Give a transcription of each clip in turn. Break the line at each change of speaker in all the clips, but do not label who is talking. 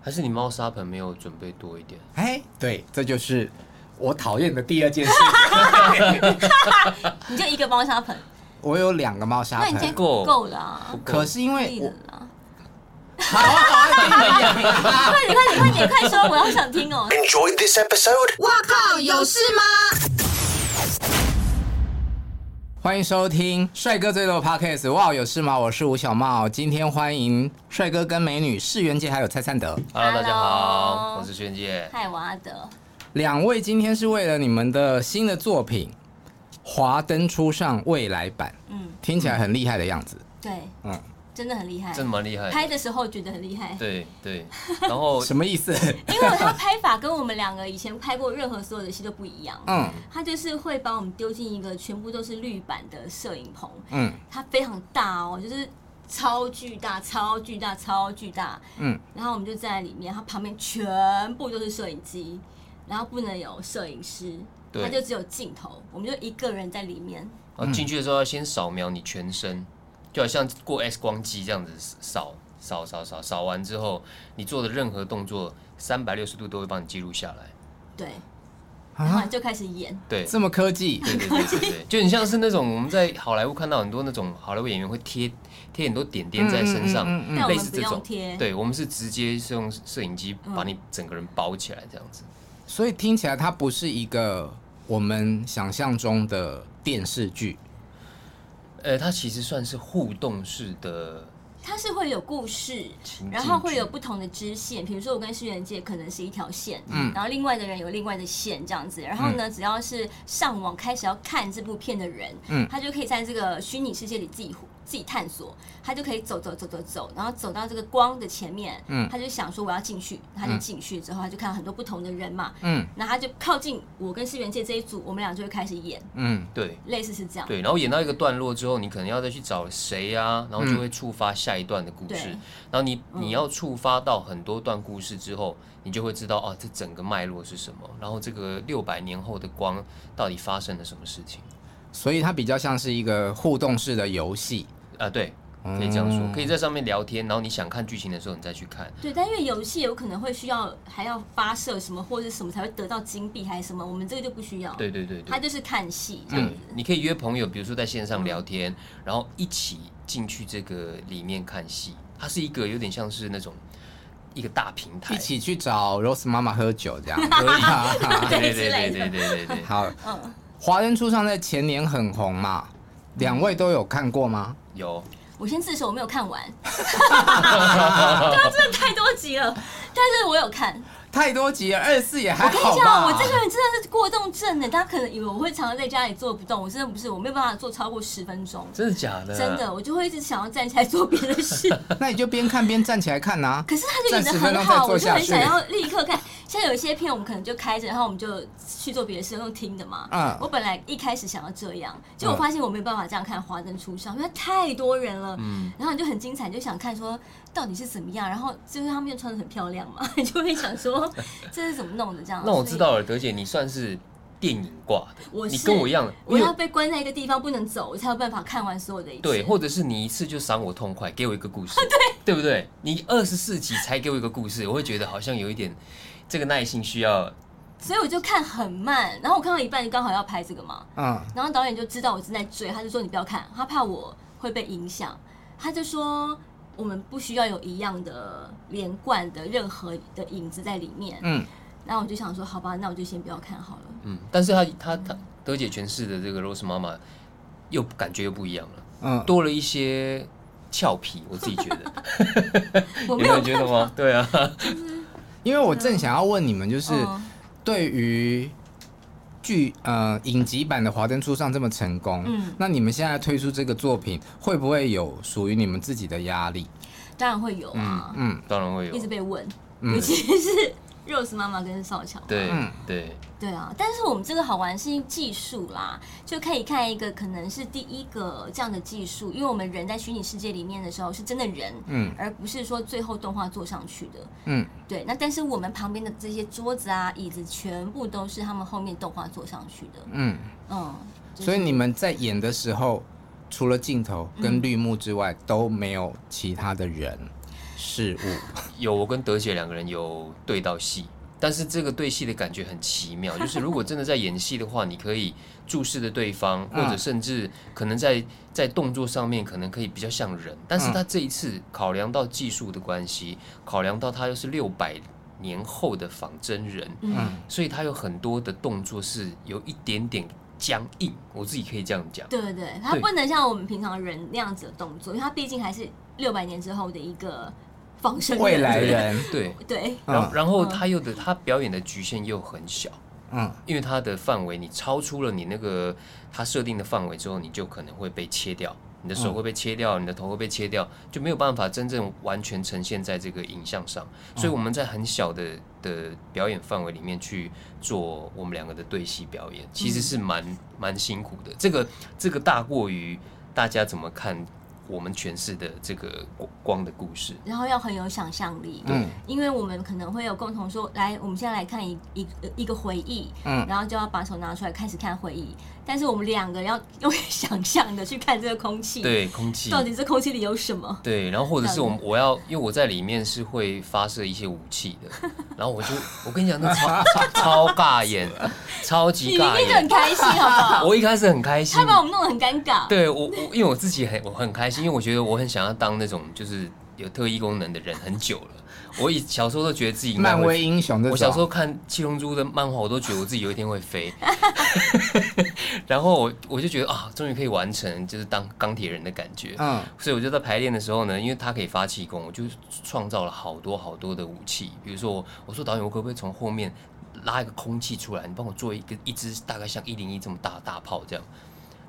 还是你猫砂盆没有准备多一点？
哎，对，这就是我讨厌的第二件事。
你就一个猫砂盆，
我有两个猫砂
那你今
盆，
天
够
够了啊
不，够
可是因
可
为
以
我
了啦。
好啊好啊给你养啊，
快点快点快点，快说，我好想听哦。
Enjoyed this episode?
哇靠，有事吗？
欢迎收听《帅哥最多的 Podcast》。哇，有事吗？我是吴小茂，今天欢迎帅哥跟美女世元界还有蔡灿德
Hello，大家好，
Hello
我是轩姐。
嗨，我阿德，
两位，今天是为了你们的新的作品《华灯初上》未来版，
嗯，
听起来很厉害的样子。
对，
嗯，
真的很厉害，
真的蛮厉害的，
拍的时候觉得很厉害，
对 对，然后
什么意思？
因为他拍法跟我们两个以前拍过任何所有的戏都不一样。
嗯
他就是会把我们丢进一个全部都是绿板的摄影棚，
嗯
它非常大哦，就是超巨大、超巨大、超巨大。
嗯，
然后我们就在里面，它旁边全部都是摄影机，然后不能有摄影师，
对
它就只有镜头，我们就一个人在里面。
然后进去的时候要先扫描你全身，就好像过 X 光机这样子扫扫扫扫扫完之后，你做的任何动作，三百六十度都会帮你记录下来。
对，然后
啊，
就开始演。
对，
这么科技，
对对对对对，就很像是那种我们在好莱坞看到很多那种好莱坞演员会贴贴很多点点在身上，
嗯嗯
嗯嗯
类似这种
但我们不用贴。
对，我们是直接是用摄影机把你整个人包起来这样子。
嗯
所以听起来它不是一个我们想象中的电视剧。
呃，它其实算是互动式的
它是会有故事
情，
然后
境
会
剧
有不同的支线，比如说我跟世元界可能是一条线，
嗯
然后另外的人有另外的线这样子。然后呢，只要是上网开始要看这部片的人，
嗯
他就可以在这个虚拟世界里自己自己探索，他就可以走走走走走，然后走到这个光的前面，
嗯
他就想说我要进去，他
嗯
就进去之后，他就看到很多不同的人嘛，
嗯
那他就靠近我跟世元界这一组，我们俩就会开始演，
嗯，
对。
类似是这样。
对，然后演到一个段落之后，你可能要再去找谁啊，然后
嗯
就会触发下一段的故事。
对嗯
然后你你要触发到很多段故事之后，你就会知道哦，这整个脉络是什么，然后这个六百年后的光到底发生了什么事情
所以它比较像是一个互动式的游戏。
啊？对，可以这样说，可以在上面聊天，然后你想看剧情的时候，你再去看。
对，但因为游戏有可能会需要还要发射什么或者什么才会得到金币还是什么，我们这个就不需要。
对，嗯对对
它
对，
就是看戏这样
对
子。，
你可以约朋友，比如说在线上聊天，然后一起进去这个里面看戏。它是一个有点像是那种一个大平台
一，起去找 Rose 妈妈喝酒这 样。啊
可以，
对
对对
之类
对
的
对对对对。
好，
嗯
华灯初上在前年很红嘛，两位都有看过吗？
有，
我先自首，我没有看 完。对啊，真的太多集了，但是我有看。
太多集了，二四也还
我跟
好
你讲，
吧。
我这个人真的是过动症的，大家可能以为我会常常在家里坐不动，我真的不是，我没有办法坐超过十分钟。
真的假的？
真的，我哦就会一直想要站起来做别的 事，
那你就边看边站起来看呐、啊
可是他就演
站
的
10分
很
钟再
好，
坐
我就
下
很
去
想要立刻看。像有一些片我们可能就开着，然后我们就去做别的事，用听的嘛。
啊
嗯
我本来一开始想要这样，
嗯
结果我发现我没有办法这样看《华灯初上》，因为太多人了。
嗯，
然后你就很精彩，你就想看说到底是怎么样，然后就是他们又穿的很漂亮嘛， 你就会想说 这是怎么弄的这样。
那我知道
所
了，德姐，你算是电影挂的，
我
你
是
跟我一样，
以，我
因
要
为
被关在一个地方不能走，我才有办法看完所有的一切。
对，或者是你一次就赏我痛快，给我一个 故事，对，对不对？你二十四集才给我一个故事，我会觉得好像有一点这个耐心需要。
所以我就看很慢，然后我看到一半刚好要拍这个嘛，
嗯，
然后导演就知道我正在追，他就说你不要看，他怕我会被影响，他就说我们不需要有一样的连贯的任何的影子在里面。
嗯，
然后我就想说，好吧，那我就先不要看好了。
嗯，但是她她她德姐诠释的这个 Rose 妈妈，又感觉又不一样了，
嗯，
多了一些俏皮，我自己觉得，
我
有
没
没
有
有
看
觉得吗？对啊，
因为我正想要问你们，就是
嗯
对于剧呃影集版的《华灯初上》这么成功，
嗯
那你们现在推出这个作品，会不会有属于你们自己的压力？
当然会有啊，
嗯
当然会有
一直，被问，尤其是 Rose 妈妈跟少乔。
对
嗯
对，
对啊，但是我们这个好玩是技术啦，就可以看一个可能是第一个这样的技术，因为我们人在虚拟世界里面的时候是真的人，
嗯
而不是说最后动画做上去的。
嗯，
对，那但是我们旁边的这些桌子啊、椅子全部都是他们后面动画做上去的。
嗯，
嗯，就是
所以你们在演的时候，除了镜头跟绿幕之外，都没有其他的人。事物，
有我跟德姐两个人有对到戏，但是这个对戏的感觉很奇妙，就是如果真的在演戏的话，你可以注视着对方，或
嗯
者甚至可能在在动作上面可能可以比较像人，但
嗯
是他这一次考量到技术的关系，考量到他又是六百年后的仿真人，
嗯，
所以他有很多的动作是有一点点僵硬，我自己可以这样讲。
对对对，它
对
不能像我们平常人那样子的动作，因为它毕竟还是六百年之后的一个仿生
未来人，
对，
对，
然后、
嗯
然后他又的他表演的局限又很小。
嗯，
因为它的范围你超出了你那个它设定的范围之后，你就可能会被切掉，你的手会被切掉，你的头会被切掉，就没有办法真正完全呈现在这个影像上。所以我们在很小的的表演范围里面去做我们两个的对戏表演，其实是蛮蛮辛苦的。这个这个大过于大家怎么看我们诠释的这个光光的故事。
然后要很有想象力，
嗯，
因为我们可能会有共同说，来，我们现在来看一一呃一个回忆，
嗯
然后就要把手拿出来开始看回忆，但是我们两个要用想象的去看这个空气，，
对，空气
到底这空气里有什么？
对，然后或者是
这
我
样
们我要，因为我在里面是会发射一些武器的，然后我就我跟你讲，那超超超尬演，超
你
级
明
尬
明就很
演。
开心，好不好？
我一开始很开心
他，把我们弄得很尴尬，
对我我因为我自己很我很开心，因为我觉得我很想要当那种就是有特异功能的人很久了。我以小时候都觉得自己应该
嗯漫
会
威英雄这种，
我小时候看《七龙珠》的漫画，我都觉得我自己有一天会飞， 然后我我就觉得啊，终于可以完成就是当钢铁人的感觉。
嗯
所以我就在排练的时候呢，因为他可以发气功，我就创造了好多好多的武器。比如说我，我说导演，我可不可以从后面拉一个空气出来？你帮我做一个一支大概像一零一这么大的大炮这样。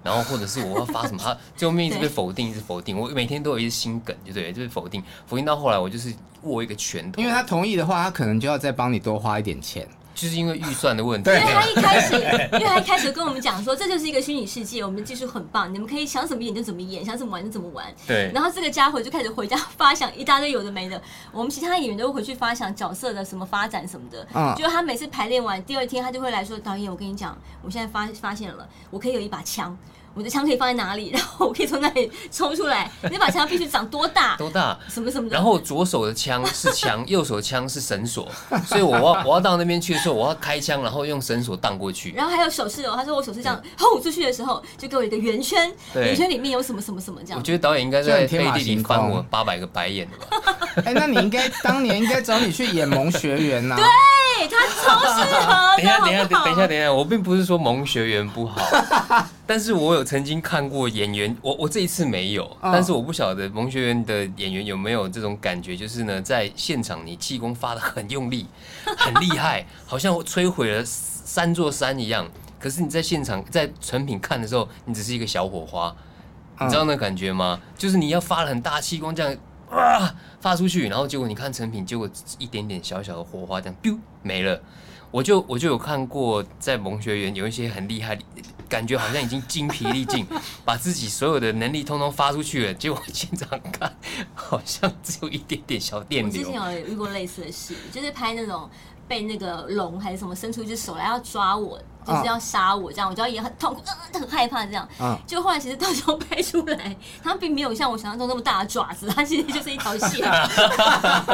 然后或者是我要发什么，啊他最后面一直被否定，一直否定。我每天都有一些心梗，就对了，就是否定，否定到后来我就是握一个拳头，
因为他同意的话，他可能就要再帮你多花一点钱。
就是因为预算的问题。
对
因为他一开 始，因为他一开始跟我们讲说，这就是一个虚拟世界，我们的技术很棒，你们可以想怎么演就怎么演，想怎么玩就怎么玩。
对
然后这个家伙就开始回家发想一大堆有的没的，我们其他演员都会回去发想角色的什么发展什么的。
啊
嗯
就他每次排练完，第二天他就会来说：“导演，我跟你讲，我现在发发现了，我可以有一把枪，我的枪可以放在哪里，然后我可以从那里抽出来，那把枪必须长多大，
多大？
什么什么的。”
然后左手的枪是枪， 右手的枪是绳索，所以我要我要到那边去的时候，我要开枪，然后用绳索荡过去。
然后还有手势哦，他说我手势这样轰出去的时候，就给我一个圆圈，
对
圆圈里面有什么什么什么这样
我。觉得导演应该
这
在
很天
背
马
地
行
里翻
空
我八百个白眼的吧？
哎、那你应该当年应该找你去演萌学园啊呐、
对哎他超适 合
等一下，等一下，
的，好不
等
好
一下，等一下，我并不是说萌学园不好， 但是我有曾经看过演员，我我这一次没有，
哦
嗯
但是我不晓得萌学园的演员有没有这种感觉，就是呢，在现场你气功发的很用力，很厉 害，好像摧毁了三座山一样。可是你在现场在成品看的时候，你只是一个小火花，你知道那感觉吗？就是你要发了很大气功这样。啊！发出去，然后结果你看成品，结果一点点小小的火花这样，biu 没了。我就我就有看过，在萌学园有一些很厉害的，感觉好像已经精疲力尽， 把自己所有的能力通通发出去了，结果现场看好像只有一点点小电
我之
流
前。有遇过类似的事，就是拍那种被那个龙还是什么伸出一只手来要抓我，就是要杀我这样，我就要也很痛苦，呃、很害怕这样。
嗯
就后来其实到时候拍出来，它并没有像我想象中那么大的爪子，啊它其实就是一条线，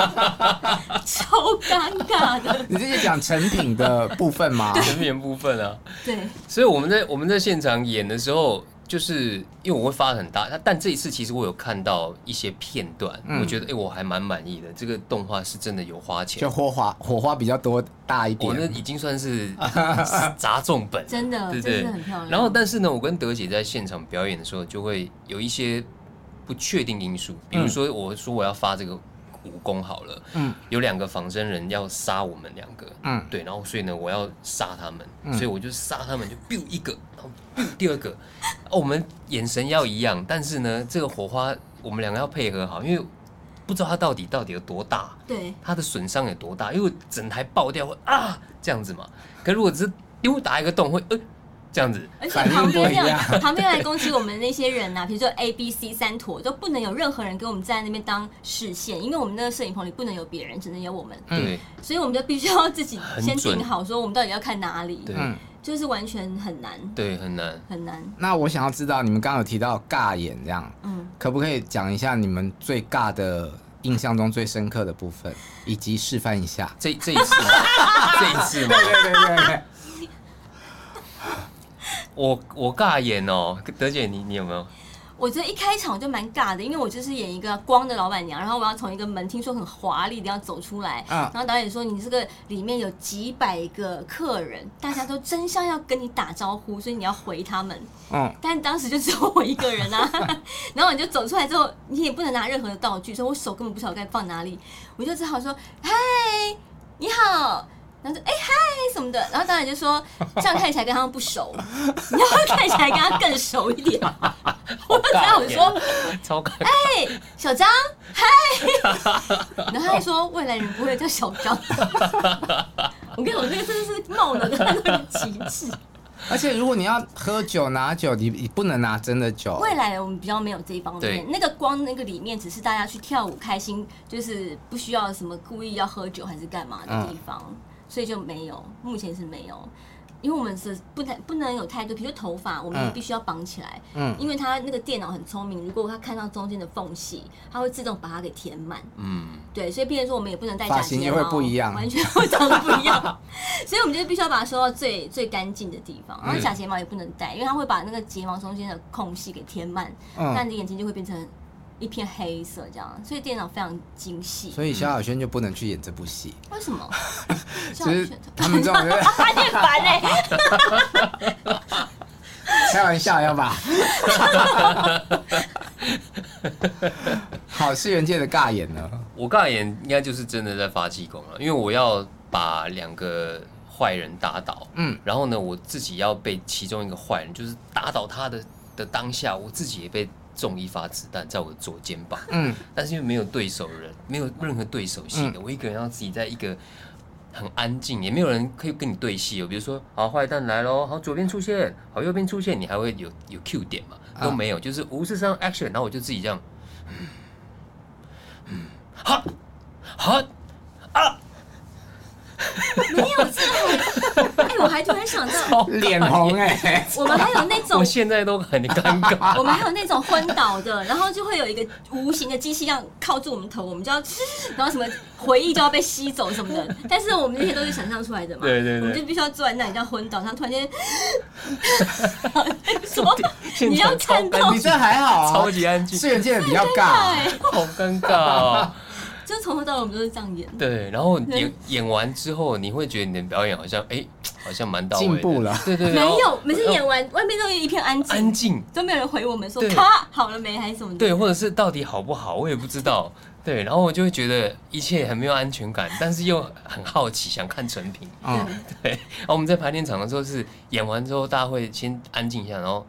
超尴尬的。
你自己讲成品的部分 吗？
成品部分啊，
对，
所以我们在我们在现场演的时候，就是因为我会发很大，但这一次其实我有看到一些片段，
嗯
我觉得哎、诶我还蛮满意的，这个动画是真的有花钱
就，火花火花比较多大一
我那
点，
已经算是砸重本了，
真的
对不
真
对
的很漂亮？
然后，但是呢，我跟德姐在现场表演的时候，就会有一些不确定因素，比如说我说我要发这个武功好了，
嗯
有两个仿真人要杀我们两个，
嗯
对，然后所以呢，我要杀他们，所以我就杀他们，就 biu 一个，然后 biu 第二个，哦，我们眼神要一样，但是呢，这个火花我们两个要配合好，因为不知道它到底到底有多大，
对，
它的损伤有多大，因为整台爆掉会啊这样子嘛，可如果只是丢打一个洞会呃这样子，
而且
反应
旁边
不一
那
样
种旁边来攻击我们的那些人啊呐、比如说 A、B、C 三坨，都不能有任何人给我们站在那边当视线，因为我们那个摄影棚里不能有别人，只能有我们，
嗯
对。
所以我们就必须要自己
很
先
准
定好，说我们到底要看哪里，
对
嗯。
就是完全很难
对，很难。
很难，
那我想要知道，你们刚刚有提到尬演这样，
嗯，
可不可以讲一下你们最尬的印象中最深刻的部分，以及示范一下。
这这一次吗，这一次吗？
对对对，
我我尬演哦，德姐你你有没有？
我觉得一开场就蛮尬的，因为我就是演一个光的老板娘，然后我要从一个门听说很华丽的要走出来，
嗯
然后导演说你这个里面有几百个客人，大家都争相要跟你打招呼，所以你要回他们。
嗯，
但当时就只有我一个人啊， 然后你就走出来之后，你也不能拿任何的道具，所以我手根本不晓得该放哪里，我就只好说嗨，你好。然后就哎嗨、什么的，然后导演就说这样看起来跟他们不熟，你要看起来跟他更熟一点。
我
然后我就说
超尬，
小张，嗨，然后他还说未来人不会叫小张。 我跟你讲，这个真的是冒了的那个极致。
而且如果你要喝酒拿酒，你你不能拿真的酒。
未来我们比较没有这一方
对
面，那个光那个里面只是大家去跳舞开心，就是不需要什么故意要喝酒还是干嘛的地方，
嗯
所以就没有，目前是没有。因为我们是不太不能有太多，比如说头发，我们也
嗯
必须要绑起来，
嗯
因为它那个电脑很聪明，如果它看到中间的缝隙，它会自动把它给填满。
嗯，
对，所以变成说我们也不能戴假
发型
睫
也会
毛
不一样
完全会长得不一样，所以我们就必须要把它收到最最干净的地
嗯
方。然后假睫毛也不能戴，因为它会把那个睫毛中间的空隙给填满，那
嗯，
你的眼睛就会变成一片黑色这样。所以电脑非常精细。
所以萧亚轩就不能去演这部戏，
为什么？
只
这样
是
选择
他们这种人
他念烦欸嘞、
开玩笑要 吧？好，世元界的尬演呢？
我尬演应该就是真的在发气功了，因为我要把两个坏人打倒，
嗯
嗯，然后呢，我自己要被其中一个坏人，就是打倒他的的当下，我自己也被中一发子弹在我的左肩膀，
嗯，
但是因为没有对手人，没有任何对手戏的，我一个人要自己在一个很安静，也没有人可以跟你对戏哦。比如说，好坏蛋来喽，好左边出现，好右边出现，你还会有有 Q 点嘛？
啊
都没有，就是无事上 action，然后我就自己这样，嗯，嗯好，好，
没有这样。哎、我还突然想到，
脸红哎，
我们还有那种
我现在都很尴尬。
我们还有那种昏倒的，然后就会有一个无形的机器这样靠住我们头，我们就要，然后什么回忆就要被吸走什么的。但是我们那些都是想象出来的嘛，
对对对
我们就必须要坐在那里这样昏倒，然后突然间，什么？
现
你
场
要看到
超
你这还好啊，
超级安静
世元界的比较尬，啊
对，
好尴尬哦。
哎就从头到尾我们都是这样演。
对，然后演
对
演完之后，你会觉得你的表演好像哎、好像蛮到位的，
进步了
对对对，
没
然后呃
有，每次演完，外面都有一片安
安
静，
静。
都没有人回我们说
对
咔好了没还是什么的。
对，或者是到底好不好，我也不知道。对，然后我就会觉得一切很没有安全感，但是又很好奇，想看成品。
嗯，
对，然后我们在排练场的时候是演完之后，大家会先安静一下，然后，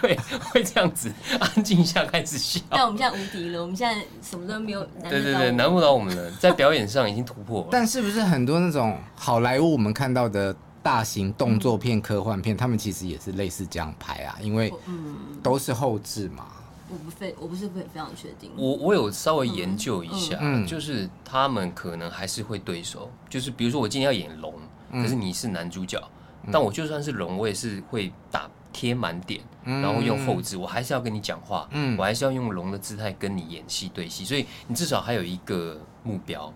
对，会这样子安静一下开始笑。
但我们现在无敌了，我们现在什么都没有难
对
得
对对，
到我们
难不倒我们了，在表演上已经突破了。
但是不是很多那种好莱坞我们看到的大型动作片、科幻片，他们其实也是类似这样拍啊，因为
我嗯，
都是后置嘛。
我不非我不是非非常确定。
我我有稍微研究一下，
嗯嗯
就是他们可能还是会对手，就是比如说我今天要演龙，
嗯
可是你是男主角，但我就算是龙，我也是会打贴满点，
嗯
然后用后置，我还是要跟你讲话，
嗯
我还是要用龙的姿态跟你演戏对戏，所以你至少还有一个目标，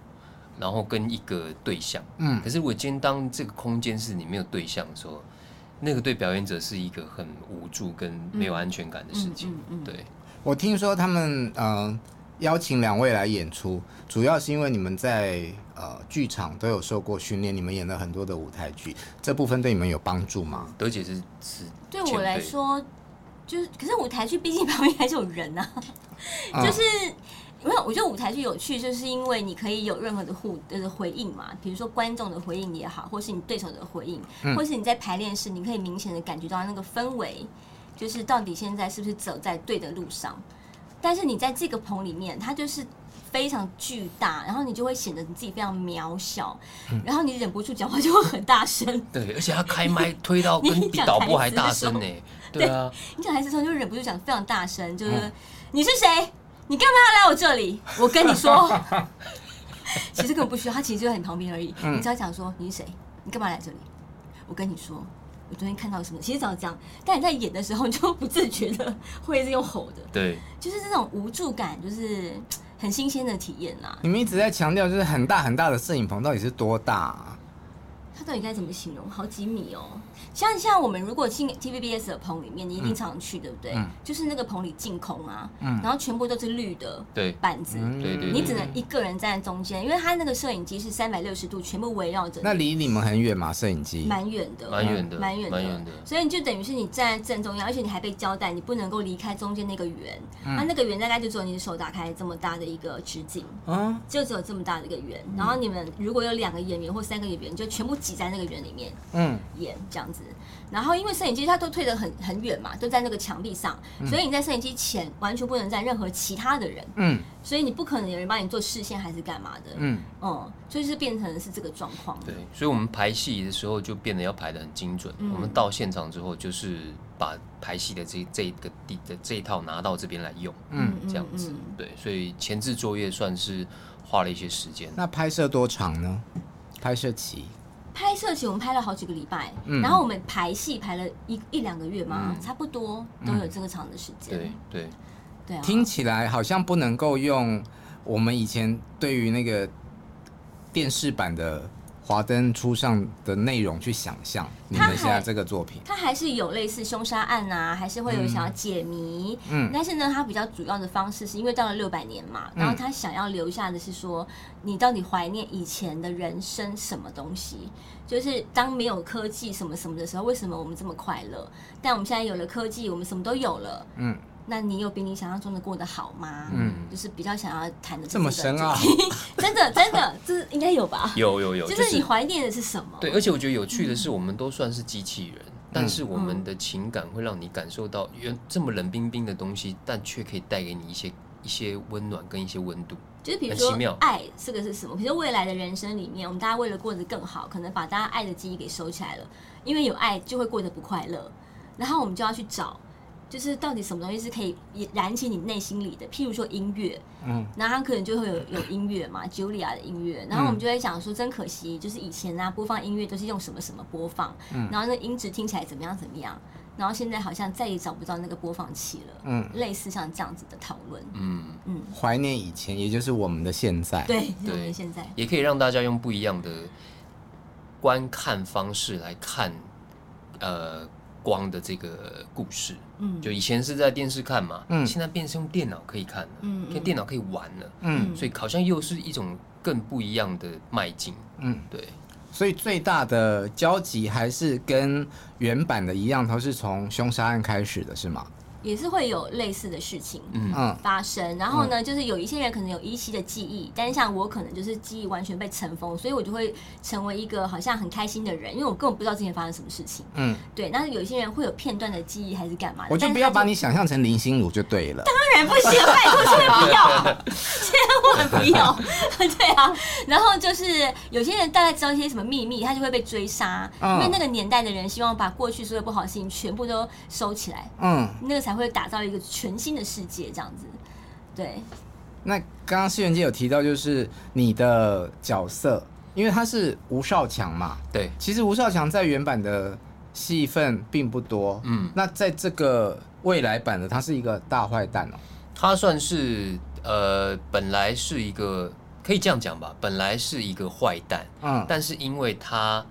然后跟一个对象。
嗯
可是我今天当这个空间是你没有对象的时候，那个对表演者是一个很无助跟没有安全感的事情。
嗯嗯嗯
对，
我听说他们呃邀请两位来演出，主要是因为你们在呃剧场都有受过训练，你们演了很多的舞台剧，这部分对你们有帮助吗？
德姐是是
对
前
我
辈
来说，就是可是舞台剧毕竟旁边还是有人啊，
啊
就是。因为我觉得舞台剧有趣，就是因为你可以有任何的互呃回应嘛，比如说观众的回应也好，或是你对手的回应，或是你在排练室，你可以明显的感觉到那个氛围，就是到底现在是不是走在对的路上。但是你在这个棚里面，它就是非常巨大，然后你就会显得你自己非常渺小，然后你忍不住讲话就会很大声，
对，而且他开麦推到
你
跟比
讲
导播
台
还
词
大
的时
声
候
呢、对啊，
你讲台词的时候就忍不住讲非常大声，就是、
嗯
你是谁？你干嘛要来我这里？我跟你说， 其
嗯
实根本不需要，他其实就在你旁边而已。你只要讲说你是谁，你干嘛来这里？我跟你说，我昨天看到什么，其实只要这样，但你在演的时候，你就不自觉的会是用吼的，
对，
就是这种无助感，就是嘖很新鲜的体验啊啦。
你们一直在强调，就是很大很大的摄影棚到底是多大、啊？
它到底该怎么形容？好几米哦，像像我们如果进 TVBS 的棚里面，你一定常去，对不对？
嗯
就是那个棚里净空啊，
嗯
然后全部都是绿的
对，
板子，
嗯
对对对
你只能一个人站在中间，因为它那个摄影机是三百六十度全部围绕着你，
那离你们很远吗？摄影机？
蛮远的，
蛮远的
呃蛮远
蛮远的
所以你就等于是你站在正中央，而且你还被交代你不能够离开中间那个圆，
嗯
啊，那个圆大概就只有你的手打开这么大的一个直径，
啊，
就只有这么大的一个圆。
嗯
然后你们如果有两个演员或三个演员，就全部挤在那个圆里面
嗯，
演这样子。然后因为摄影机它都退得很很远嘛，都在那个墙壁上，
嗯
所以你在摄影机前完全不能站任何其他的人，
嗯，
所以你不可能有人帮你做视线还是干嘛的，嗯，
嗯，
就是变成是这个状况。
对，所以我们排戏的时候就变得要排得很精准。
嗯
我们到现场之后，就是把排戏的这这个地的这一套拿到这边来用，
嗯
这样子。对，所以前置作业算是花了一些时间。
那拍摄多长呢？拍摄期？
拍摄期我们拍了好几个礼拜，
嗯
然后我们排戏排了一一两个月嘛，
嗯
差不多都有这个长的时间。
对对，
对啊，
听起来好像不能够用我们以前对于那个电视版的《华灯初上》的内容去想象你
它
们现在
还
这个作品。
它还是有类似凶杀案啊，还是会有想要解谜。
嗯
但是呢，它比较主要的方式是因为到了六百年嘛，
嗯
然后他想要留下的是说，你到底怀念以前的人生什么东西？就是当没有科技什么什么的时候，为什么我们这么快乐？但我们现在有了科技，我们什么都有了。
嗯，
那你有比你想象中的过得好吗？
嗯
就是比较想要谈的
这么深 奥
啊，真的真的，这应该有吧？
有有有，
就
就是是
你怀念的是什么？
对，而且我觉得有趣的是，我们都算是机器人，但是我们的情感会让你感受到原这么冷冰冰的东西，但却可以带给你一些一些温暖跟一些温度。
就是比如
很
说
奇妙
爱这个是什么？比如说未来的人生里面，我们大家为了过得更好，可能把大家爱的记忆给收起来了，因为有爱就会过得不快乐，然后我们就要去找。就是到底什么东西是可以燃起你内心里的？譬如说音乐，
嗯，
然后它可能就会有有音 乐嘛，Julia 的音
嗯
乐，然后我们就会想说，真可惜，就是以前啊播放音乐都是用什么什么播放，
嗯
然后那音质听起来怎么样怎么样，然后现在好像再也找不到那个播放器了，
嗯
类似像这样子的讨论，
嗯，
嗯，
怀念以前，也就是我们的现在。，
对，就是我
对
们 现在。
也可以让大家用不一样的观看方式来看，呃，光的这个故事。
嗯
就以前是在电视看嘛，
嗯
现在变成用电脑可以看了，
嗯嗯
跟电脑可以玩了，
嗯
所以好像又是一种更不一样的迈进。
嗯，
对，
所以最大的交集还是跟原版的一样，都是从凶杀案开始的，是吗？
也是会有类似的事情
嗯，
嗯
发生。然后呢，就是有一些人可能有依稀的记忆，但是像我可能就是记忆完全被尘封，所以我就会成为一个好像很开心的人，因为我根本不知道之前发生什么事情。
嗯，
对，但是有一些人会有片段的记忆还是干嘛的？
我就
但
不
是
要
他
把你想象成林心如就对了。
当然不 行，拜托，千万不要，千万不要， 对啊。然后就是有些人大概知道一些什么秘密，他就会被追杀，
嗯
因为那个年代的人希望把过去所有不好的事情全部都收起来。
嗯，
那个才会打造一个全新的世界，这样子。对，
那刚刚世元姐有提到，就是你的角色，因为他是吴少强嘛，
对，
其实吴少强在原版的戏份并不多，
嗯，
那在这个未来版的，他是一个大坏蛋哦，
他算是呃，本来是一个可以这样讲吧，本来是一个坏蛋，
嗯，
但是因为他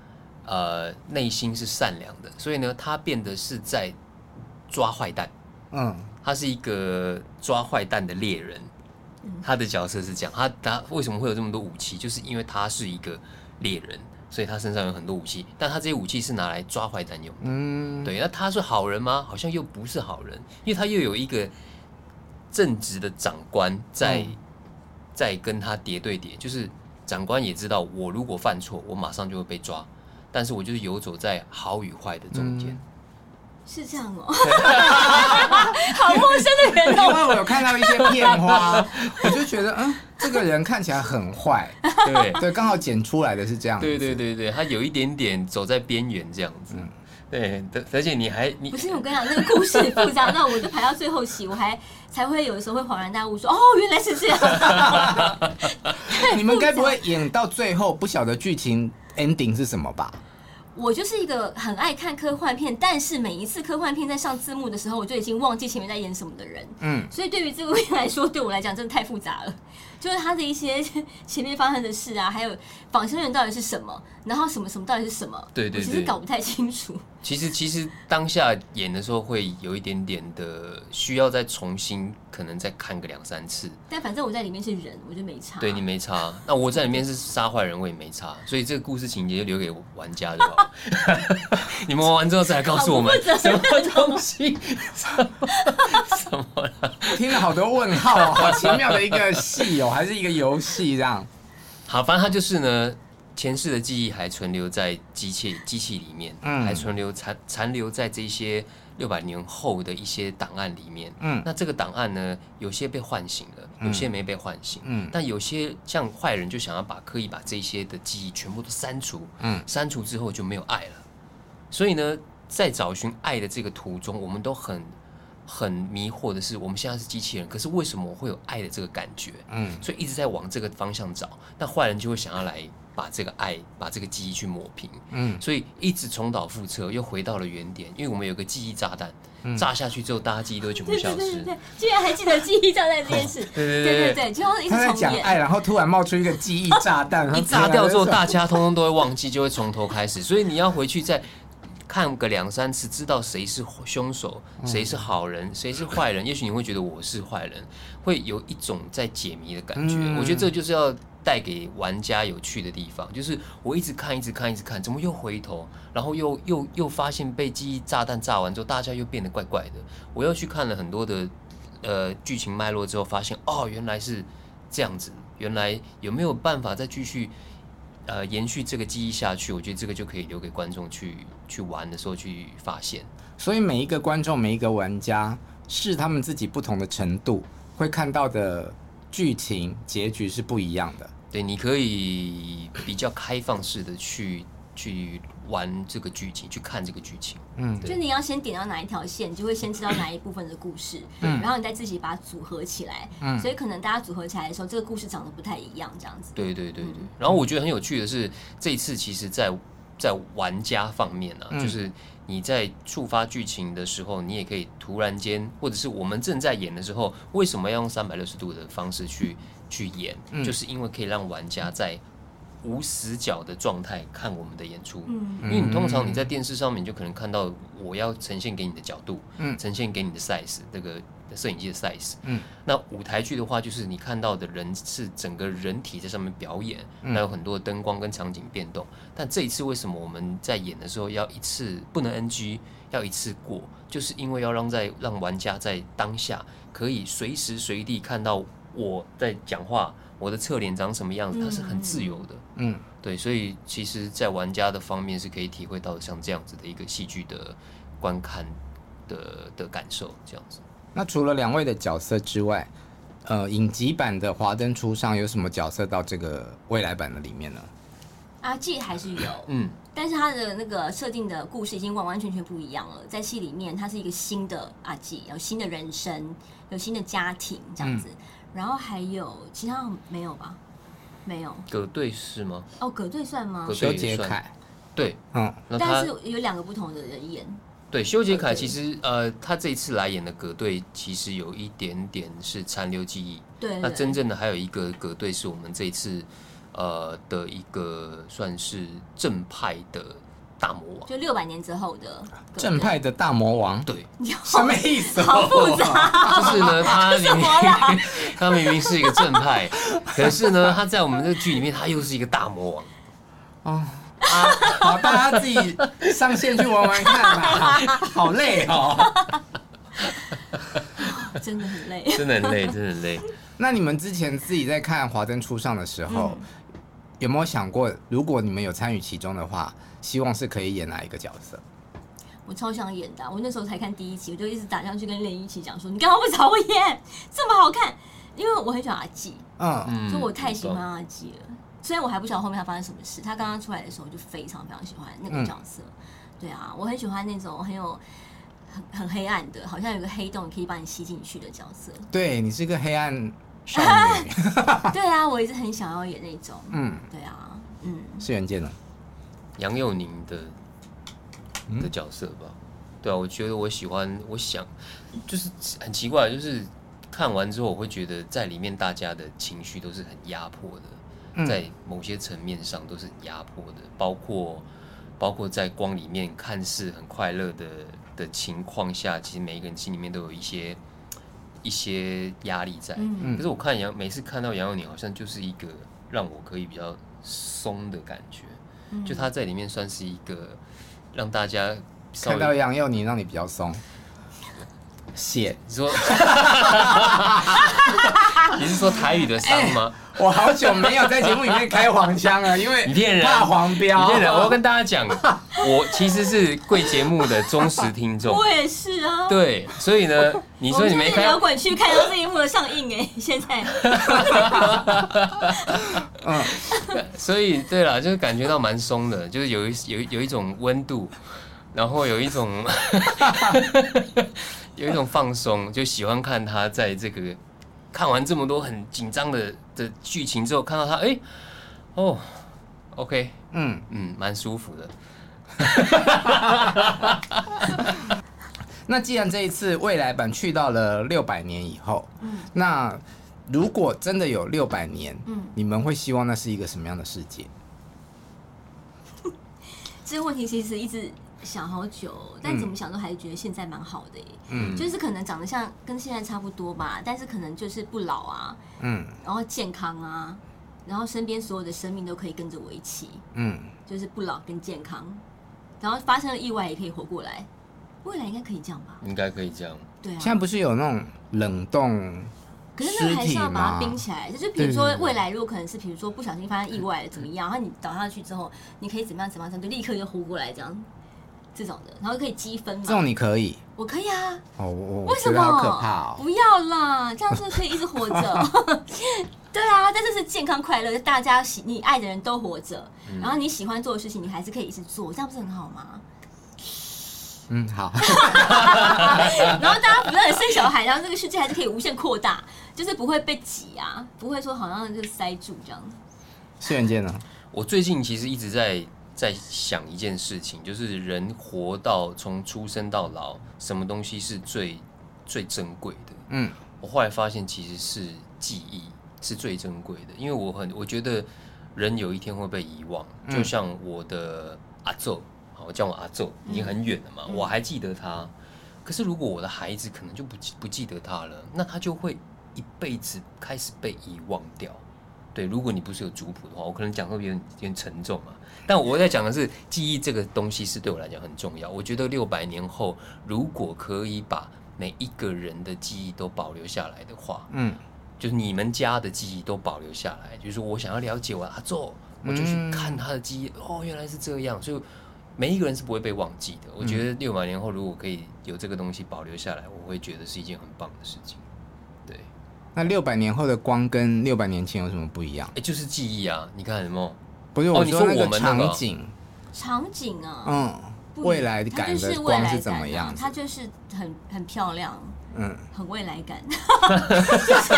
呃内心是善良的，所以呢，他变得是在抓坏蛋。
嗯，
他是一个抓坏蛋的猎人，他的角色是这样。他他为什么会有这么多武器？就是因为他是一个猎人，所以他身上有很多武器，但他这些武器是拿来抓坏蛋用。
嗯，
对，那他是好人吗？好像又不是好人，因为他又有一个正直的长官在、
嗯
在跟他叠对叠，就是长官也知道我如果犯错，我马上就会被抓，但是我就是游走在好与坏的中间。
是这样哦、好 陌生的人
因
哦、
为我有看到一些片花，我就觉得，嗯，这个人看起来很坏，
对，
对，刚好剪出来的是这样，
对对，对对，他有一点点走在边缘这样子。
嗯
对，而而且你还你
不是，我跟你讲，那个故事很复杂，那我就排到最后期，我还才会有的时候会恍然大悟说哦，原来是这样。
你们该不会演到最后不晓得剧情 ending 是什么吧？
我就是一个很爱看科幻片，但是每一次科幻片在上字幕的时候，我就已经忘记前面在演什么的人。
嗯，
所以对于这部片来说，对我来讲真的太复杂了。 就是它的一些前面发生的事啊，还有仿生人到底是什么，然后什么什么到底是什么，
对对
我其
对
实搞不太清楚。
其实其实当下演的时候会有一点点的需要再重新，可能再看个两三次。
但反正我在里面是人，我就没差。
对你没差，那我在里面是杀坏人，我也没差，所以这个故事情节就留给玩家就好了。 你们玩完之后再来告诉我们
好不负责
什
任
么东西，什么什么啦
听了好多问号哦， 好奇妙的一个戏哦，还是一个游戏这样。
好，反正他就是呢，前世的记忆还存留在机器机器里面，
嗯
还存留残残留在这些六百年后的一些档案里面。
嗯
那这个档案呢，有些被唤醒了，有些没被唤醒。
嗯
但有些像坏人就想要把刻意把这些的记忆全部都删除，
嗯
删除之后就没有爱了。所以呢，在找寻爱的这个途中，我们都很很迷惑的是，我们现在是机器人，可是为什么我会有爱的这个感觉？
嗯
所以一直在往这个方向找。那坏人就会想要来把这个爱、把这个记忆去抹平，
嗯
所以一直重蹈覆辙，又回到了原点。因为我们有个记忆炸弹，炸下去之后，大家记忆都会全部
对对
消
对
失
对。对，居然还记得记忆障碍这件
对
事。
哦对
对
对
对对，就要一直
他在
重
讲爱，
演。
然后突然冒出一个记忆炸 弹，然后
一炸掉之后，大家通通都会忘记，就会从头开始。 所以你要回去再看个两三次，知道谁是凶手，谁是好人，谁是坏人。也许你会觉得我是坏人，会有一种在解谜的感觉。
嗯
我觉得这就是要带给玩家有趣的地方，就是我一直看，一直看，一直看，怎么又回头，然后又又又发现被记忆炸弹炸完之后，大家又变得怪怪的。我又去看了很多的呃剧情脉络之后，发现哦，原来是这样子，原来有没有办法再继续呃延续这个记忆下去？我觉得这个就可以留给观众去去玩的时候去发现。
所以每一个观众、每一个玩家，是他们自己不同的程度，会看到的剧情结局是不一样的。
对，你可以比较开放式的去去玩这个剧情，去看这个剧情。
嗯
对
就你要先点到哪一条线，你就会先知道哪一部分的故事，
嗯
然后你再自己把它组合起来。
嗯
所以可能大家组合起来的时候，这个故事长得不太一样，这样子。
对对对对。然后我觉得很有趣的是，这一次其实在，在玩家方面啊，
嗯
就是你在触发剧情的时候，你也可以突然间，或者是我们正在演的时候，为什么要用三百六十度的方式去去演？
嗯
就是因为可以让玩家在无死角的状态看我们的演出。
嗯，
因为你通常你在电视上面，你就可能看到我要呈现给你的角度，
嗯
呈现给你的 size，这个摄影机的 size，
嗯，
那舞台剧的话，就是你看到的人是整个人体在上面表演，
嗯
那有很多灯光跟场景变动。但这一次为什么我们在演的时候要一次不能 NG，要一次过，就是因为要让在让玩家在当下可以随时随地看到我在讲话，我的侧脸长什么样子，它是很自由的。
嗯，
对，所以其实，在玩家的方面是可以体会到像这样子的一个戏剧的观看的的感受，这样子。
那除了两位的角色之外，呃，影集版的《华灯初上》有什么角色到这个未来版的里面呢？
阿纪啊还是有，
嗯，
但是他的那个设定的故事已经完完全全不一样了。在戏里面，他是一个新的阿纪，有新的人生，有新的家庭这样子。
嗯
然后还有其他好像没有吧？没有
葛队是吗？
哦，葛队算吗
葛？
修
队
杰
也算。
楷，
对，
嗯
那
但
他
是有两个不同的人演，
对修杰楷，
对
其实呃，他这一次来演的葛队其实有一点点是残留记忆。
对对
那
对
真正的还有一个葛队是我们这一次呃的一个算是正派的大魔王。
就六百年之后的葛
正
队，
派的大魔王，
对，
什么意思？ 哦
好复杂，
就是 呢，他明明
么啦
他明明是一个正派，可是呢，他在我们这个剧里面，他又是一个大魔王。
哦好，大家自己上线去玩玩 看吧，好累哦。
真的 很累。
真的很累，真的很累。
那你们之前自己在看《华灯初上》的时候，
嗯
嗯
有没有想过，如果你们有参与其中的话，希望是可以演哪一个角色？
我超想演的啊、我那时候才看第一期，我就一直打上去跟连一起讲说，你干嘛不找我演？ 这么好看，因为我很喜欢阿纪，
嗯，
嗯
所以我太喜欢阿纪了。虽然我还不晓得后面他发生什么事，他刚刚出来的时候我就非常非常喜欢那个角色。对啊，我很喜欢那种很有很很黑暗的，好像有个黑洞可以把你吸进去的角色。
对你是个黑暗少 女，
对啊，我一直很想要演那种。
嗯，
对啊，嗯，
是袁健呢？
杨佑宁的的角色吧。对啊，我觉得我喜欢，我想就是很奇怪，就是看完之后我会觉得在里面大家的情绪都是很压迫的，在某些层面上都是很压迫的，包括包括在光里面看似很快乐的的情况下，其实每一个人心里面都有一些一些压力在。
嗯，
可是我看杨，每次看到杨佑宁，好像就是一个让我可以比较松的感觉，
嗯
就他在里面算是一个让大家稍
看到
微
杨佑宁让你比较松，谢，
你 说，你是说台语的伤 吗？
我好久没有在节目里面开黄腔了，因为
你骗人
怕黄标，
你骗人！我要跟大家讲，我其实是贵节目的忠实听众，
我也是啊。
对，所以呢，你
我
说
们
你没
真的
看
摇，滚区看到这一幕的上映哎， 现在
嗯，
所以对了，就是感觉到蛮松的，就是有一有有一种温度，然后有一种 有一种放松，就喜欢看他在这个看完这么多很紧张的的剧情之后，看到他，哎、哦，OK，
嗯，
嗯，蛮舒服的。
那既然这一次未来版去到了六百年以后，那如果真的有六百年，
嗯
你们会希望那是一个什么样的世界？
这个问题其实一直想好久，但怎么想都还是觉得现在蛮好的耶。
嗯
就是可能长得像跟现在差不多吧，但是可能就是不老啊，
嗯
然后健康啊，然后身边所有的生命都可以跟着我一起，
嗯，
就是不老跟健康，然后发生了意外也可以活过来。未来应该可以这样吧？
应该可以这样。
对啊
现，在不是有那种冷冻
可是那个还是
尸体
要把
嘛
它冰起来。就是比如说未来如果可能是比如说不小心发生意外了怎么样，然后你倒下去之后，你可以怎么样怎么样，怎么样就立刻就活过来这样，这种的，然后可以积分
这
嘛。
种，你可以
我可以啊，
哦，我我
为什
觉
么？
得好可怕哦。
不要啦，这样是可以一直活着。 对啊，但这是健康快乐，大家喜你爱的人都活着，然后你喜欢做的事情，你还是可以一直做，这样不是很好吗？
嗯，好，
然后大家不断的生小孩，然后这个世界还是可以无限扩大，就是不会被挤啊，不会说好像就塞住这样。
谢元健呢？
我最近其实一直在在想一件事情，就是人活到从出生到老，什么东西是最最珍贵的？
嗯
我后来发现其实是记忆是最珍贵的，因为我很我觉得人有一天会被遗忘，
嗯
就像我的阿昼，好，我叫我阿昼，已经很远了嘛，我还记得他。可是如果我的孩子可能就不记不记得他了，那他就会一辈子开始被遗忘掉。对，如果你不是有族谱的话，我可能讲会有点有点沉重啊。但我在讲的是，记忆这个东西是对我来讲很重要。我觉得六百年后，如果可以把每一个人的记忆都保留下来的话，
嗯，
就是你们家的记忆都保留下来，就是我想要了解我阿昼，我就去看他的记忆，哦，原来是这样，所以每一个人是不会被忘记的。我觉得六百年后如果可以有这个东西保留下来，我会觉得是一件很棒的事情。对，
那六百年后的光跟六百年前有什么不一样？
哎，就是记忆啊，你看什么？
不是，
哦
我
你
说
说
那
我
个
们那个
场景，
场景啊，
嗯，
不一
未来
它
感
就是
的
未
光
来
是
感
怎么样
啊？它
子？
就是很很漂亮，
嗯，
很未 来感，就是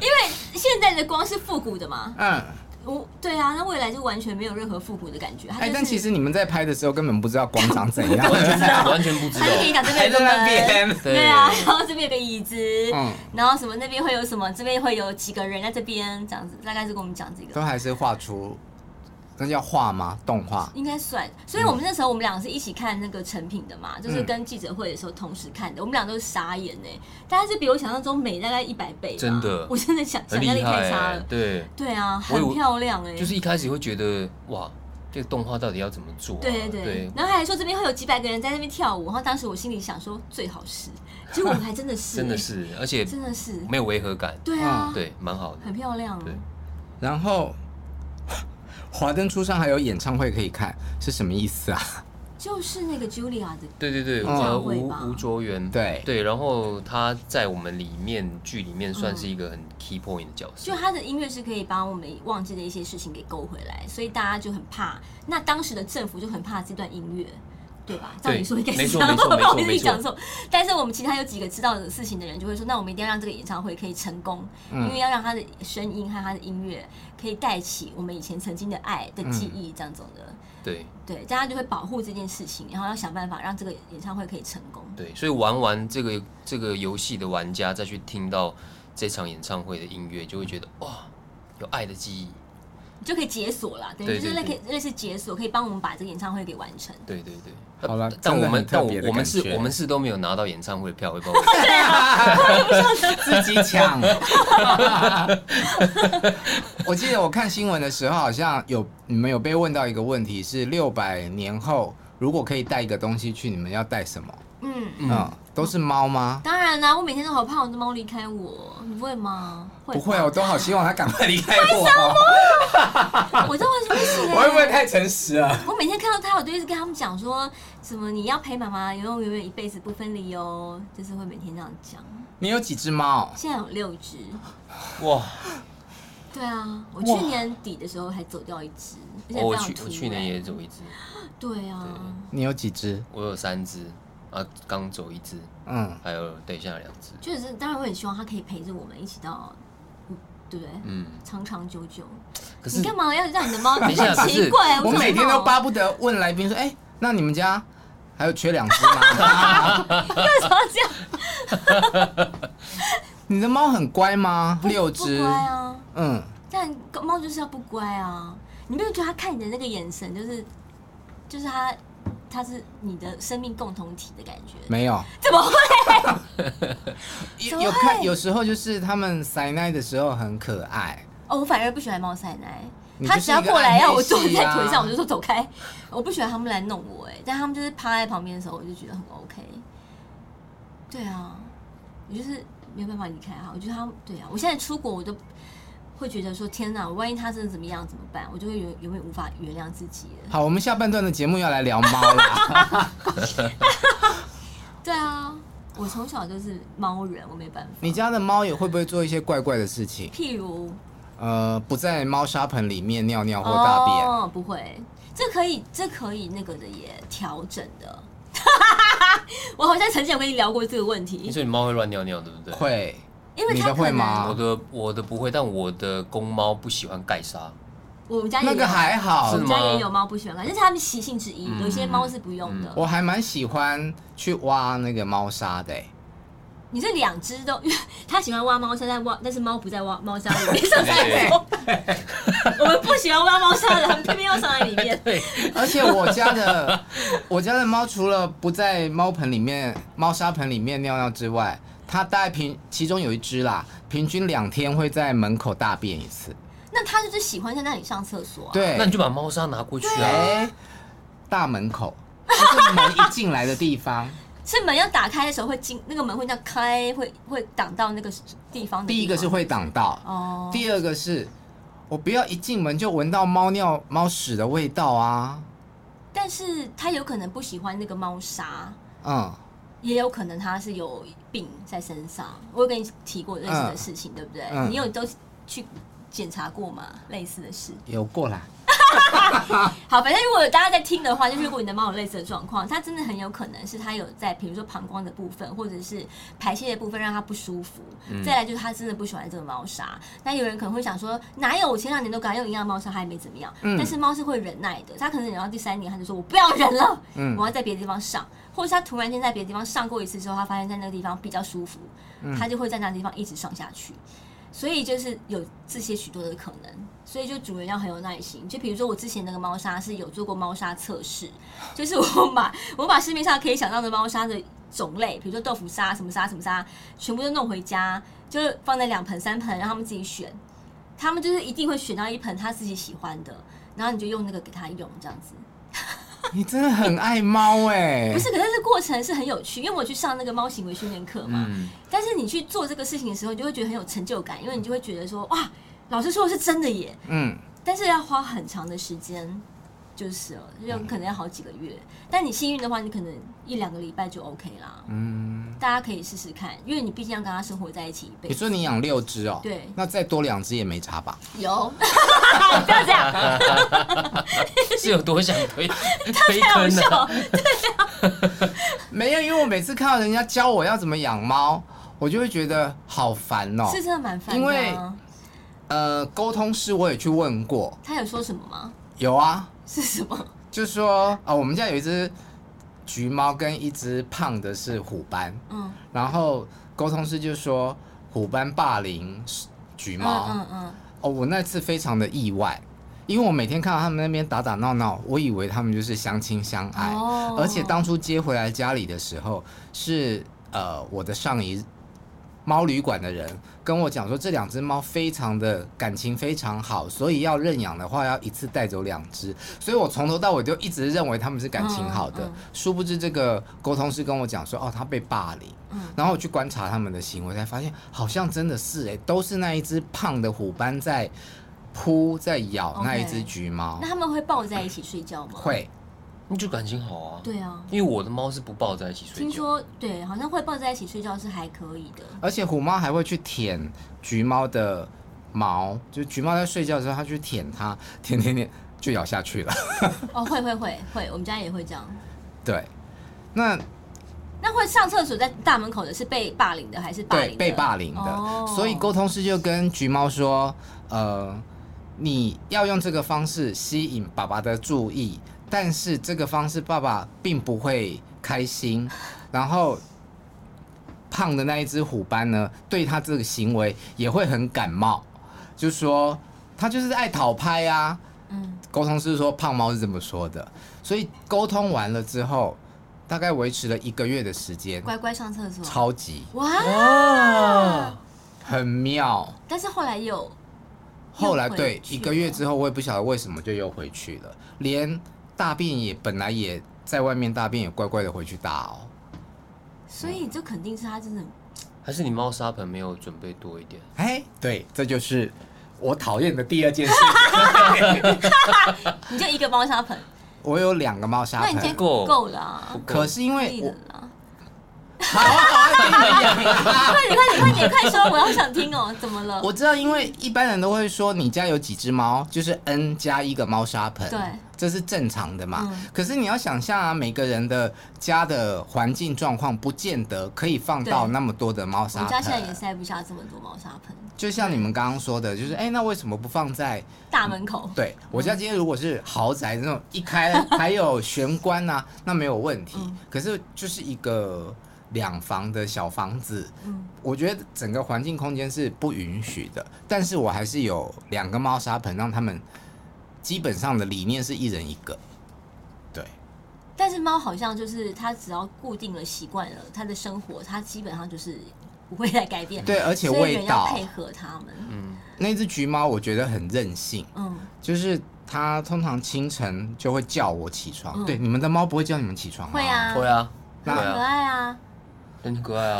因为现在的光是复古的嘛，
嗯，
我对啊，那未来就完全没有任何复古的感觉。它就是
哎，但其实你们在拍的时候根本不知道光长怎 样，
完全 不完全不知
他就跟你
道。
讲这边有个
哦还在那
门
边，
对啊，然后这边有个椅子，
嗯，
然后什么那边会有什么，这边会有几个人在这边这样子，大概是跟我们讲这个
都，还是画出，那叫画吗？动画？
应该算。所
嗯
以我们那时候我们两个是一起看那个成品的嘛，就是跟记者会的时候同时看的，我们俩都是傻眼呢、大概是比我想象中美大概一百倍吧，
真的
我真的想
很
想
厉
象力太
害、
差
欸
了，。
对，
对啊，
我以为
很漂亮哎、
就是一开始会觉得哇，这个动画到底要怎么做、啊？
对对对，然后他还说这边会有几百个人在那边跳舞，然后当时我心里想说最好是，结果我们还真的是、
真的，是，而且
真的是，
没有违和感，
对啊，
对，蛮好的。
很漂亮、
对
然后， 华灯初上还有演唱会可以看，是什么意思啊？
就是那个 Julia 的，
对对对，
嗯
呃，
教会
吴
吧
吴卓源，
对
对，然后他在我们里面剧里面算是一个很 key point 的角色
嗯就，他的音乐是可以把我们忘记的一些事情给勾回来，所以大家就很怕。那当时的政府就很怕这段音乐，对吧？照理说应该
没
是
错
这样，
没错
我不好
没错
意思
没错
讲错。但是我们其他有几个知道的事情的人，就会说，那我们一定要让这个演唱会可以成功，
嗯
因为要让他的声音和他的音乐可以带起我们以前曾经的爱的记忆，这样子的。
对
对，大家就会保护这件事情，然后要想办法让这个演唱会可以成功。
对，所以玩完这个这个游戏的玩家再去听到这场演唱会的音乐，就会觉得哇，有爱的记忆。
就可以解锁啦，等于
对
就是
对
类类似解锁，可以帮我们把这个演唱会给完成。
对对对。
好了
但
真的
我们
很特
但我
别的
我们
感
是
觉
我们是都没有拿到演唱会票，会不会？
自己抢。 我记得我看新闻的时候，好像有你们有被问到一个问题，是六百年后如果可以带一个东西去，你们要带什么？
嗯，
嗯，都是猫吗？
当然啊啦，我每天都好怕我的猫离开我，你不会吗？会
不
吧
会，啊我都好希望它赶快离开我。哦
我真的会死、欸。
我会不会太诚实了？
我每天看到他，我就一直跟他们讲说，什么你要陪妈妈，永永远一辈子不分离哦，就是会每天这样讲。
你有几只猫？
现在有六只，
哇！
对啊，我
哇
去年底的时候还走掉一只，而且
哦我
非常啊
去
突
我
然。
去年也走一只，
对啊，
你有几只？
我有三只啊，刚走一只，
嗯，
还有等一下两只。
就是当然我很希望他可以陪着我们一起到，嗯对不对？
嗯，
长长久久。
可是
你干嘛要让你的猫？
等一下
很
可
奇
是
怪，
我
不知道
每天都巴不得问来宾说：“哎、那你们家还有缺两只 吗？
为什么要这样？
你的猫很乖吗？六
不
只
乖。啊，
嗯，
但狗猫就是要不乖啊。你没有觉得它看你的那个眼神，就是就是它它是你的生命共同体的感觉？
没有。
怎么会？怎
有
么
有看，
会
有时候就是他们塞奶的时候很可爱，
哦，我反而不喜欢猫塞奶。
你就
它
是
只要过来要我坐
一个
在
暗黑系啊
腿上，我就说走开。我不喜欢它们来弄我、哎，但它们就是趴在旁边的时候，我就觉得很 OK。对啊，我就是没有办法离开它。我觉得它，对啊，我现在出国我都会觉得说，天哪，万一它真的怎么样怎么办？我就会永永远无法原谅自己了。
好，我们下半段的节目要来聊猫 啦。
对啊，我从小就是猫人，我没办法。
你家的猫也会不会做一些怪怪的事情？
譬如
呃，不在猫砂盆里面尿尿或大便。
哦，不会，这可以，这可以那个的也调整的。 我好像曾经有跟你聊过这个问
你
题，
说你猫会乱尿尿，对不对？
会，
因为
你
它
的
可
会
能
吗
我的我的不会，但我的公猫不喜欢盖沙，
我们家也有
那个还好
我
是
们
吗
家也有猫不喜欢看，这是它们习性之一。
嗯
有些猫是不用的。
我还蛮喜欢去挖那个猫砂的、欸。
你这两只都， 它喜欢挖猫砂，但挖但是猫不在挖猫砂里面， 上来
对
哎
说， 我们不喜欢挖猫砂的， 它们偏偏要上来里面。
对，
而且我家的 我家的猫除了不在猫盆里面、猫砂盆里面尿尿之外，它大概平其中有一只啦，平均两天会在门口大便一次。那
那它就是喜欢在那里上厕所啊。
对，
那你就把猫砂拿过去啊。
哎、大门口，就是门一进来的地方，
是门要打开的时候会进，那个门会这样开，会会挡到那个地方的地方
第一个是会挡到，
哦，
第二个是我不要一进门就闻到猫尿、猫屎的味道啊。
但是他有可能不喜欢那个猫砂，
嗯，
也有可能他是有病在身上。我有跟你提过类似的事情，对不对？
嗯
你有都去检查过吗？类似的事。
有过啦。
好，反正如果大家在听的话，就是如果你的猫有类似的状况，它真的很有可能是它有在，比如说膀胱的部分或者是排泄的部分让它不舒服。再来就是它真的不喜欢这个猫砂。那有人可能会想说，哪有我前两年都给它用营养猫砂，它也没怎么样。
嗯
但是猫是会忍耐的，它可能忍到第三年，它就说我不要忍了，
嗯
我要在别的地方上。或者是它突然间在别的地方上过一次之后，它发现在那个地方比较舒服，它就会在那个地方一直上下去。所以就是有这些许多的可能，所以就主人要很有耐心。就比如说我之前那个猫砂是有做过猫砂测试，就是我把我把市面上可以想到的猫砂的种类，比如说豆腐砂、什么砂、什么砂，全部都弄回家，就放在两盆、三盆，让他们自己选。他们就是一定会选到一盆他自己喜欢的，然后你就用那个给他用，这样子。
你真的很爱猫哎、
不是，可是这过程是很有趣，因为我去上那个猫行为训练课嘛，
嗯，
但是你去做这个事情的时候，你就会觉得很有成就感，因为你就会觉得说，哇，老师说的是真的耶。
嗯，
但是要花很长的时间，就是了，就
嗯
可能要好几个月。但你幸运的话，你可能一两个礼拜就 OK 啦。
嗯，
大家可以试试看，因为你毕竟要跟他生活在一起一辈
你
子。
说你养六只哦，
对
那再多两只也没差吧？
有，不要这样，
是有多想 推推
太好
坑呢、啊
笑了，
没有，因为我每次看到人家教我要怎么养猫，我就会觉得好烦哦、
是真的蛮烦的啊。
因为呃，沟通师我也去问过，
他有说什么吗？
有啊，
是什么？
就说啊、我们家有一只橘猫跟一只胖的是虎斑，
嗯，
然后沟通师就说虎斑霸凌橘
嗯
猫。
嗯嗯，
哦，我那次非常的意外，因为我每天看到他们那边打打闹闹，我以为他们就是相亲相爱，
哦
哎而且当初接回来家里的时候，是呃我的上一猫旅馆的人跟我讲说，这两只猫非常的感情非常好，所以要认养的话要一次带走两只，所以我从头到尾就一直认为他们是感情好的，
嗯嗯
殊不知这个沟通师跟我讲说，哦，他被霸凌。
嗯
然后我去观察他们的行为，才发现好像真的是哎、都是那一只胖的虎斑在扑在咬
OK
那一只橘猫
哦那他们会抱在一起睡觉吗？。
哦会
那就感情好啊。
对啊，
因为我的猫是不抱在一起睡觉。
听说对，好像会抱在一起睡觉是还可以的。
而且虎猫还会去舔橘猫的毛，就橘猫在睡觉的时候，它去舔它，舔舔舔就咬下去了。
哦，会会会会，我们家也会这样。
对，那
那会上厕所在大门口的是被霸凌的还是霸凌
对
的？
被霸凌的，
哦
所以沟通师就跟橘猫说，呃，你要用这个方式吸引爸爸的注意，但是这个方式爸爸并不会开 心，然后。胖的那一只虎斑呢，对他这个行为也会很感冒，就说他就是爱讨拍啊，
嗯，
沟通师说胖猫是这么说的，所以沟通完了之后，大概维持了一个月的时间，
乖乖上厕所。
超级
哇！
哦，
很妙。
但是后来有
后来
又回
对
去
一个月
了
之后，我也不晓得为什么就又回去了，连大便也本来也在外面大便也乖乖的回去大哦。
所以这肯定是他真的，
还是你猫砂盆没有准备多一点？
哎，对，这就是我讨厌的第二件 事。
你就一个猫 砂盆，
我有两个猫砂
那你今天
盆，
够
够了啊，
可是因
可
为
以
我
了啦。
好啊好啊，跟你讲啊
快点快点快点快说，我要想听哦，怎么了？
我知道，因为一般人都会说你家有几只猫，就是 n 加一个猫砂盆，
对
这是正常的嘛。
嗯
可是你要想象啊，每个人的家的环境状况不见得可以放到
对
那么多的猫
我
砂
们
盆。
家现在也塞不下这么多猫砂盆，
就像你们刚刚说的，
嗯
就是哎、那为什么不放在
大门口。
对我家今天如果是豪宅那种一开还有玄关呐、那没有问题。
嗯
可是就是一个两房的小房子，
嗯，
我觉得整个环境空间是不允许的。但是我还是有两个猫砂盆，让他们基本上的理念是一人一个。对，
但是猫好像就是它只要固定了习惯了它的生活，它基本上就是不会再改变。
对而且
嗯所以人
味道
要配合它们。
嗯
那只橘猫我觉得很任性，
嗯，
就是它通常清晨就会叫我起床。
嗯
对，你们的猫不会叫你们起床吗？
会啊，
会啊，会
很可
啊，
爱啊。
很可爱啊。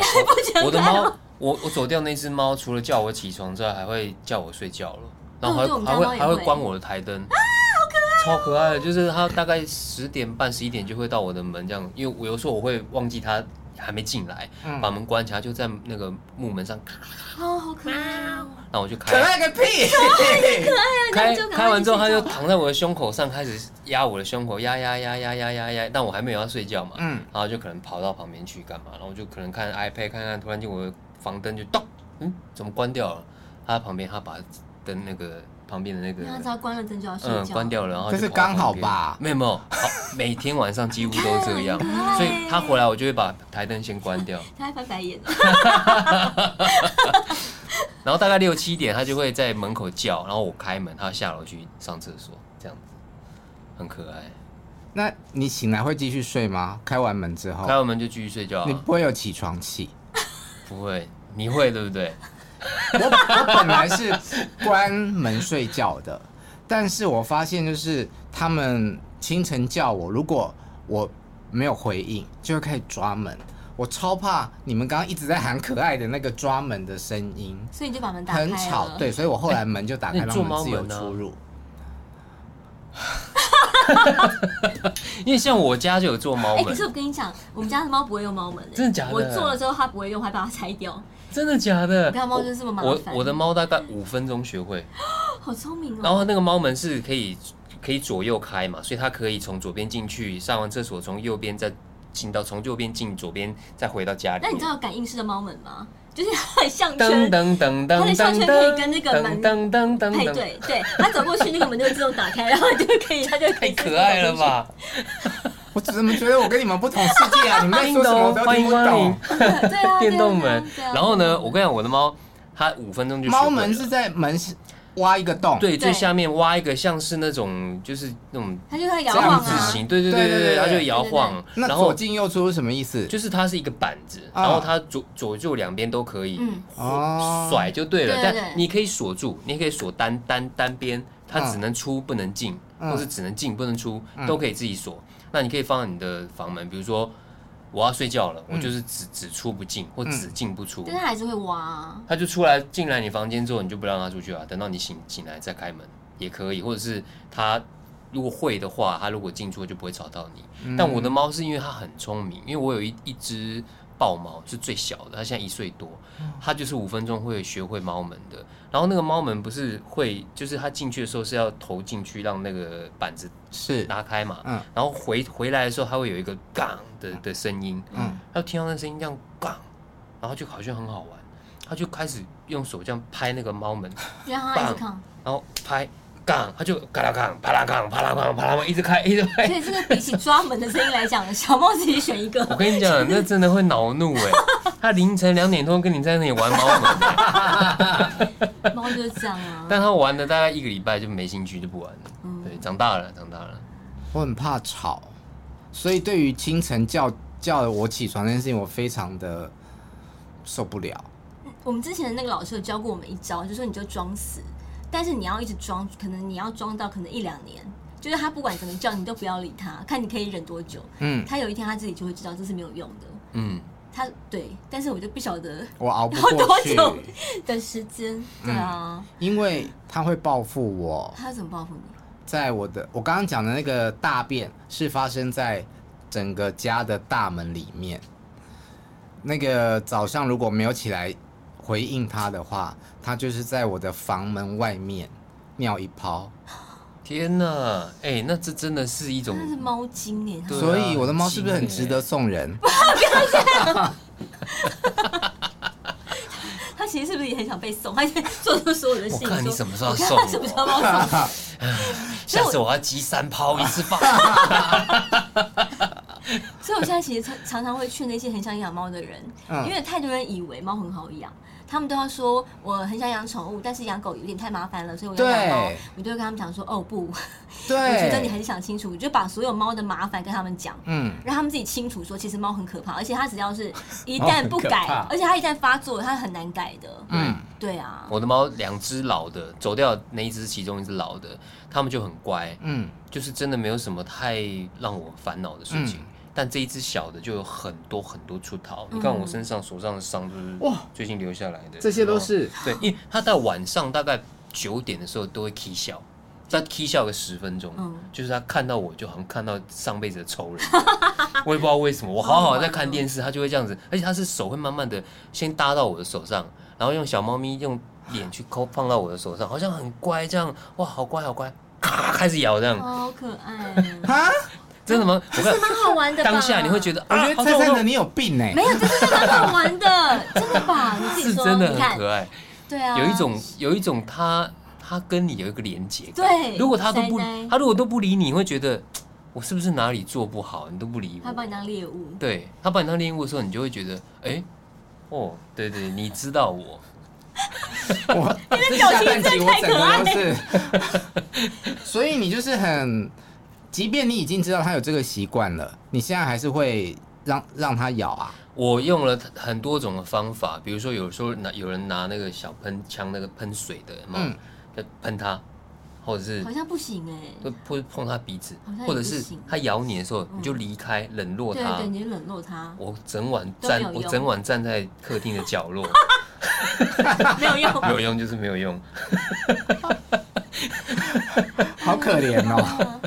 我 我的猫，我我走掉那只猫，除了叫我起床之外，还会叫我睡觉了，然后还
对我
会
们
还
家猫
会
也
还会
会
关我的台灯。超可爱的，就是它大概十点半、十一点就会到我的门这样，因为我有时候我会忘记它还没进来，
嗯
把门关起来，它就在那个木门上，
哦，好可爱哦！
那我就开
可爱个屁！
开
就赶快
开完之后，
去
他
睡
就
觉吧
躺在我的胸口上，开始压我的胸口，压压压压压压压，但我还没有要睡觉嘛，
嗯
然后就可能跑到旁边去干嘛，然后我就可能看 iPad 看看，突然间我的房灯就咚，嗯，怎么关掉了？他旁边他把灯那个旁边的那个
那它只要关了灯就要睡
嗯
觉。
关掉了，然后
这
就是跑到
刚好
旁边
吧
没有没有，好每天晚上几乎都这 样
你看，
所以他回来我就会把台灯先关掉，
它还翻白眼。哦
然后大概六七点他就会在门口叫，然后我开门，他下楼去上厕所，这样子很可爱。
那你醒来会继续睡吗？开完门之后，
开完门就继续睡觉、
你
啊，
不会有起床气。
不会，你会对不对？
我我本来是关门睡觉的，但是我发现就是他们清晨叫我，如果我没有回应，就会开始抓门。我超怕你们刚刚一直在喊可爱的那个抓门的声音，
所以你就把门打开
很
了。
吵，对，所以我后来门就打
那
开，
你
让
做
他们
猫
自由
门啊
出入。
因为像我家就有做猫
哎、
门
可是，我跟你讲，我们家的猫不会用猫门、欸，
真的假的
我做了之后它不会用，我还把它拆掉。哦
真的假的？
你看猫就是这么麻
我
烦嗯
我的猫大概五分钟学会，
好聪明
然
哦！
后那个猫门是可以可以左右开嘛，所以它可以从左边进去，上完厕所从右边再进到，从右边进左边再回到家里
那
面。
你知道感应式的猫们吗？就是它的项
噔
圈
噔噔噔
它的
噔
项圈可以跟那个
噔
门
噔噔噔
配
噔，
哎对，对，它走过去那个门就会自动打开，然后就可以，它就可
太
以自己
可爱了吧！
我怎么觉得我跟你们不同世界啊？你们在说什么我都
哦欢
听
迎
不
光临
懂。
走过去？对啊，对啊
电动门
对啊对。啊
然后呢，我跟你讲，我的猫它五分钟就学会
猫
了
门是在门挖一个洞，
对最
对
下面挖一个像是那种就是那种
它就会摇
这
晃
样
棒子
啊，
形，对对
对
对
对对
对对，它
对
就摇晃，
那
然
左
后
进右出是什么意思？
就是它是一个板子，
啊
然后它左左右两边都可以
嗯
哦
甩就对了，
对对对
但你可以锁住，你也可以锁单单单边，它只能出不能进，
嗯
或是只能进不能出，都可以自己锁。那你可以放在你的房门，比如说我要睡觉了，我
嗯
就是只只出不进或只进不出。
但它还是会挖啊。
他就出来进来你房间之后，你就不让他出去啊，等到你醒醒来再开门也可以，或者是他如果会的话，他如果进出就不会吵到你。但我的猫是因为它很聪明，因为我有一一只豹猫是最小的，它现在一岁多，它就是五分钟会学会猫门的。然后那个猫门不是会，就是它进去的时候是要投进去，让那个板子
是
拉开嘛，
嗯
然后回回来的时候，它会有一个“杠”的的声音，
嗯
他就听到那声音这样“杠”，然后就好像很好玩，他就开始用手这样拍那个猫门，
就让它一直看，
然后拍“杠”，他就“嘎啦杠”，啪啦杠，啪啦杠，啪啦杠，一直开，一 直开。
所以这个比起抓门的声音来讲，小猫自己选一个。
我跟你讲， 那真的会恼怒 哎、他凌晨两点多跟你在那里玩猫门，
猫就是这样啊。
但他玩了大概一个礼拜就没兴趣，就不玩了。对，长大了，长大了。
我很怕吵，所以对于清晨叫叫我起床这件事情，我非常的受不了。
我们之前的那个老师有教过我们一招，就说你就装死，但是你要一直装，可能你要装到可能一两年，就是他不管怎么叫你都不要理他，看你可以忍多久。
嗯，
他有一天他自己就会知道这是没有用的。
嗯，
他对，但是我就不晓得
我熬不
要
过
多
去，
久的时间。对啊，
因为他会报复我。
他怎么报复你？
在我的我刚刚讲的那个大便是发生在整个家的大门里面。那个早上如果没有起来回应他的话，他就是在我的房门外面尿一泡。
天哪，哎、那这真的是一种
那是猫精耶！
对啊
所以我的猫是不是很值得送人？
他他其实是不是也很想被送？他就做出所有的事情。
我看你什么时候要
说
送
我看他什么时候要送？
下次我要击三抛一次放。
所以我现在其实常常常会劝那些很想养猫的人，
嗯
因为太多人以为猫很好养，他们都要说我很想养宠物，但是养狗有点太麻烦了，所以我要养猫
对。
我就会跟他们讲说，哦不，我觉得你
对，
很想清楚，我就把所有猫的麻烦跟他们讲。
嗯，
让他们自己清楚说，其实猫很可怕，而且它只要是一
猫
旦
很
不
可
改
怕，
而且它一旦发作，它很难改的。
嗯，
对啊，
我的猫两只老的走掉，那一只其中一只老的，它们就很乖，
嗯，
就是真的没有什么太让我烦恼的事
嗯
情。但这一只小的就有很多很多出逃，你看我身上手上的伤就是
哇
最近留下来的，
这些都是
对，因为它到晚上大概九点的时候都会 k 笑，它 k 笑个十分钟，
嗯
就是它看到我就好像看到上辈子的仇 人，我也不知道为什么，我好好在
哦
看电视，它就会这样子，而且它是手会慢慢的先搭到我的手上，然后用小猫咪用脸去抠放到我的手上，好像很乖这样，哇，好乖好乖，咔开始咬这样，
哦好可 爱，
哈，
真的吗？我看
蛮好玩的吧。
当下你会觉得，
我
啊
觉得
好
灿
痛
灿
好
的
痛
你有病哎、
没有，这是蛮好玩 的，真的吧？你自己
是
说，
真的
你
很
看，
可爱。
对啊，
有一种有一种他他跟你有一个连接感。
对
如果他都不
塞奶
他如果都不理你，你会觉得嘖我是不是哪里做不好，你都不理
他把
我。
你当猎物，
对他把你当猎物的时候，你就会觉得，哎、哦，对对，你知道我，
我这
表
下
情
半集
真
我
的太
整
可
个
爱
都是， 所以你就是很，即便你已经知道他有这个习惯了，你现在还是会让让他咬啊。
我用了很多种的方法，比如说有时候拿有人拿那个小喷枪，那个喷水的，有没有
嗯
就喷他，或者是
好像不行哎。
会会碰他鼻子
好像，也
或者
不
是
行
他咬你的时候，你就离开，冷落
对
他。
对，你就冷落 它
我整晚
都没
站，
有
我
用
整晚站在客厅的角 落。
没 有用。
没有用就是没有用。
好可怜 哦。
啊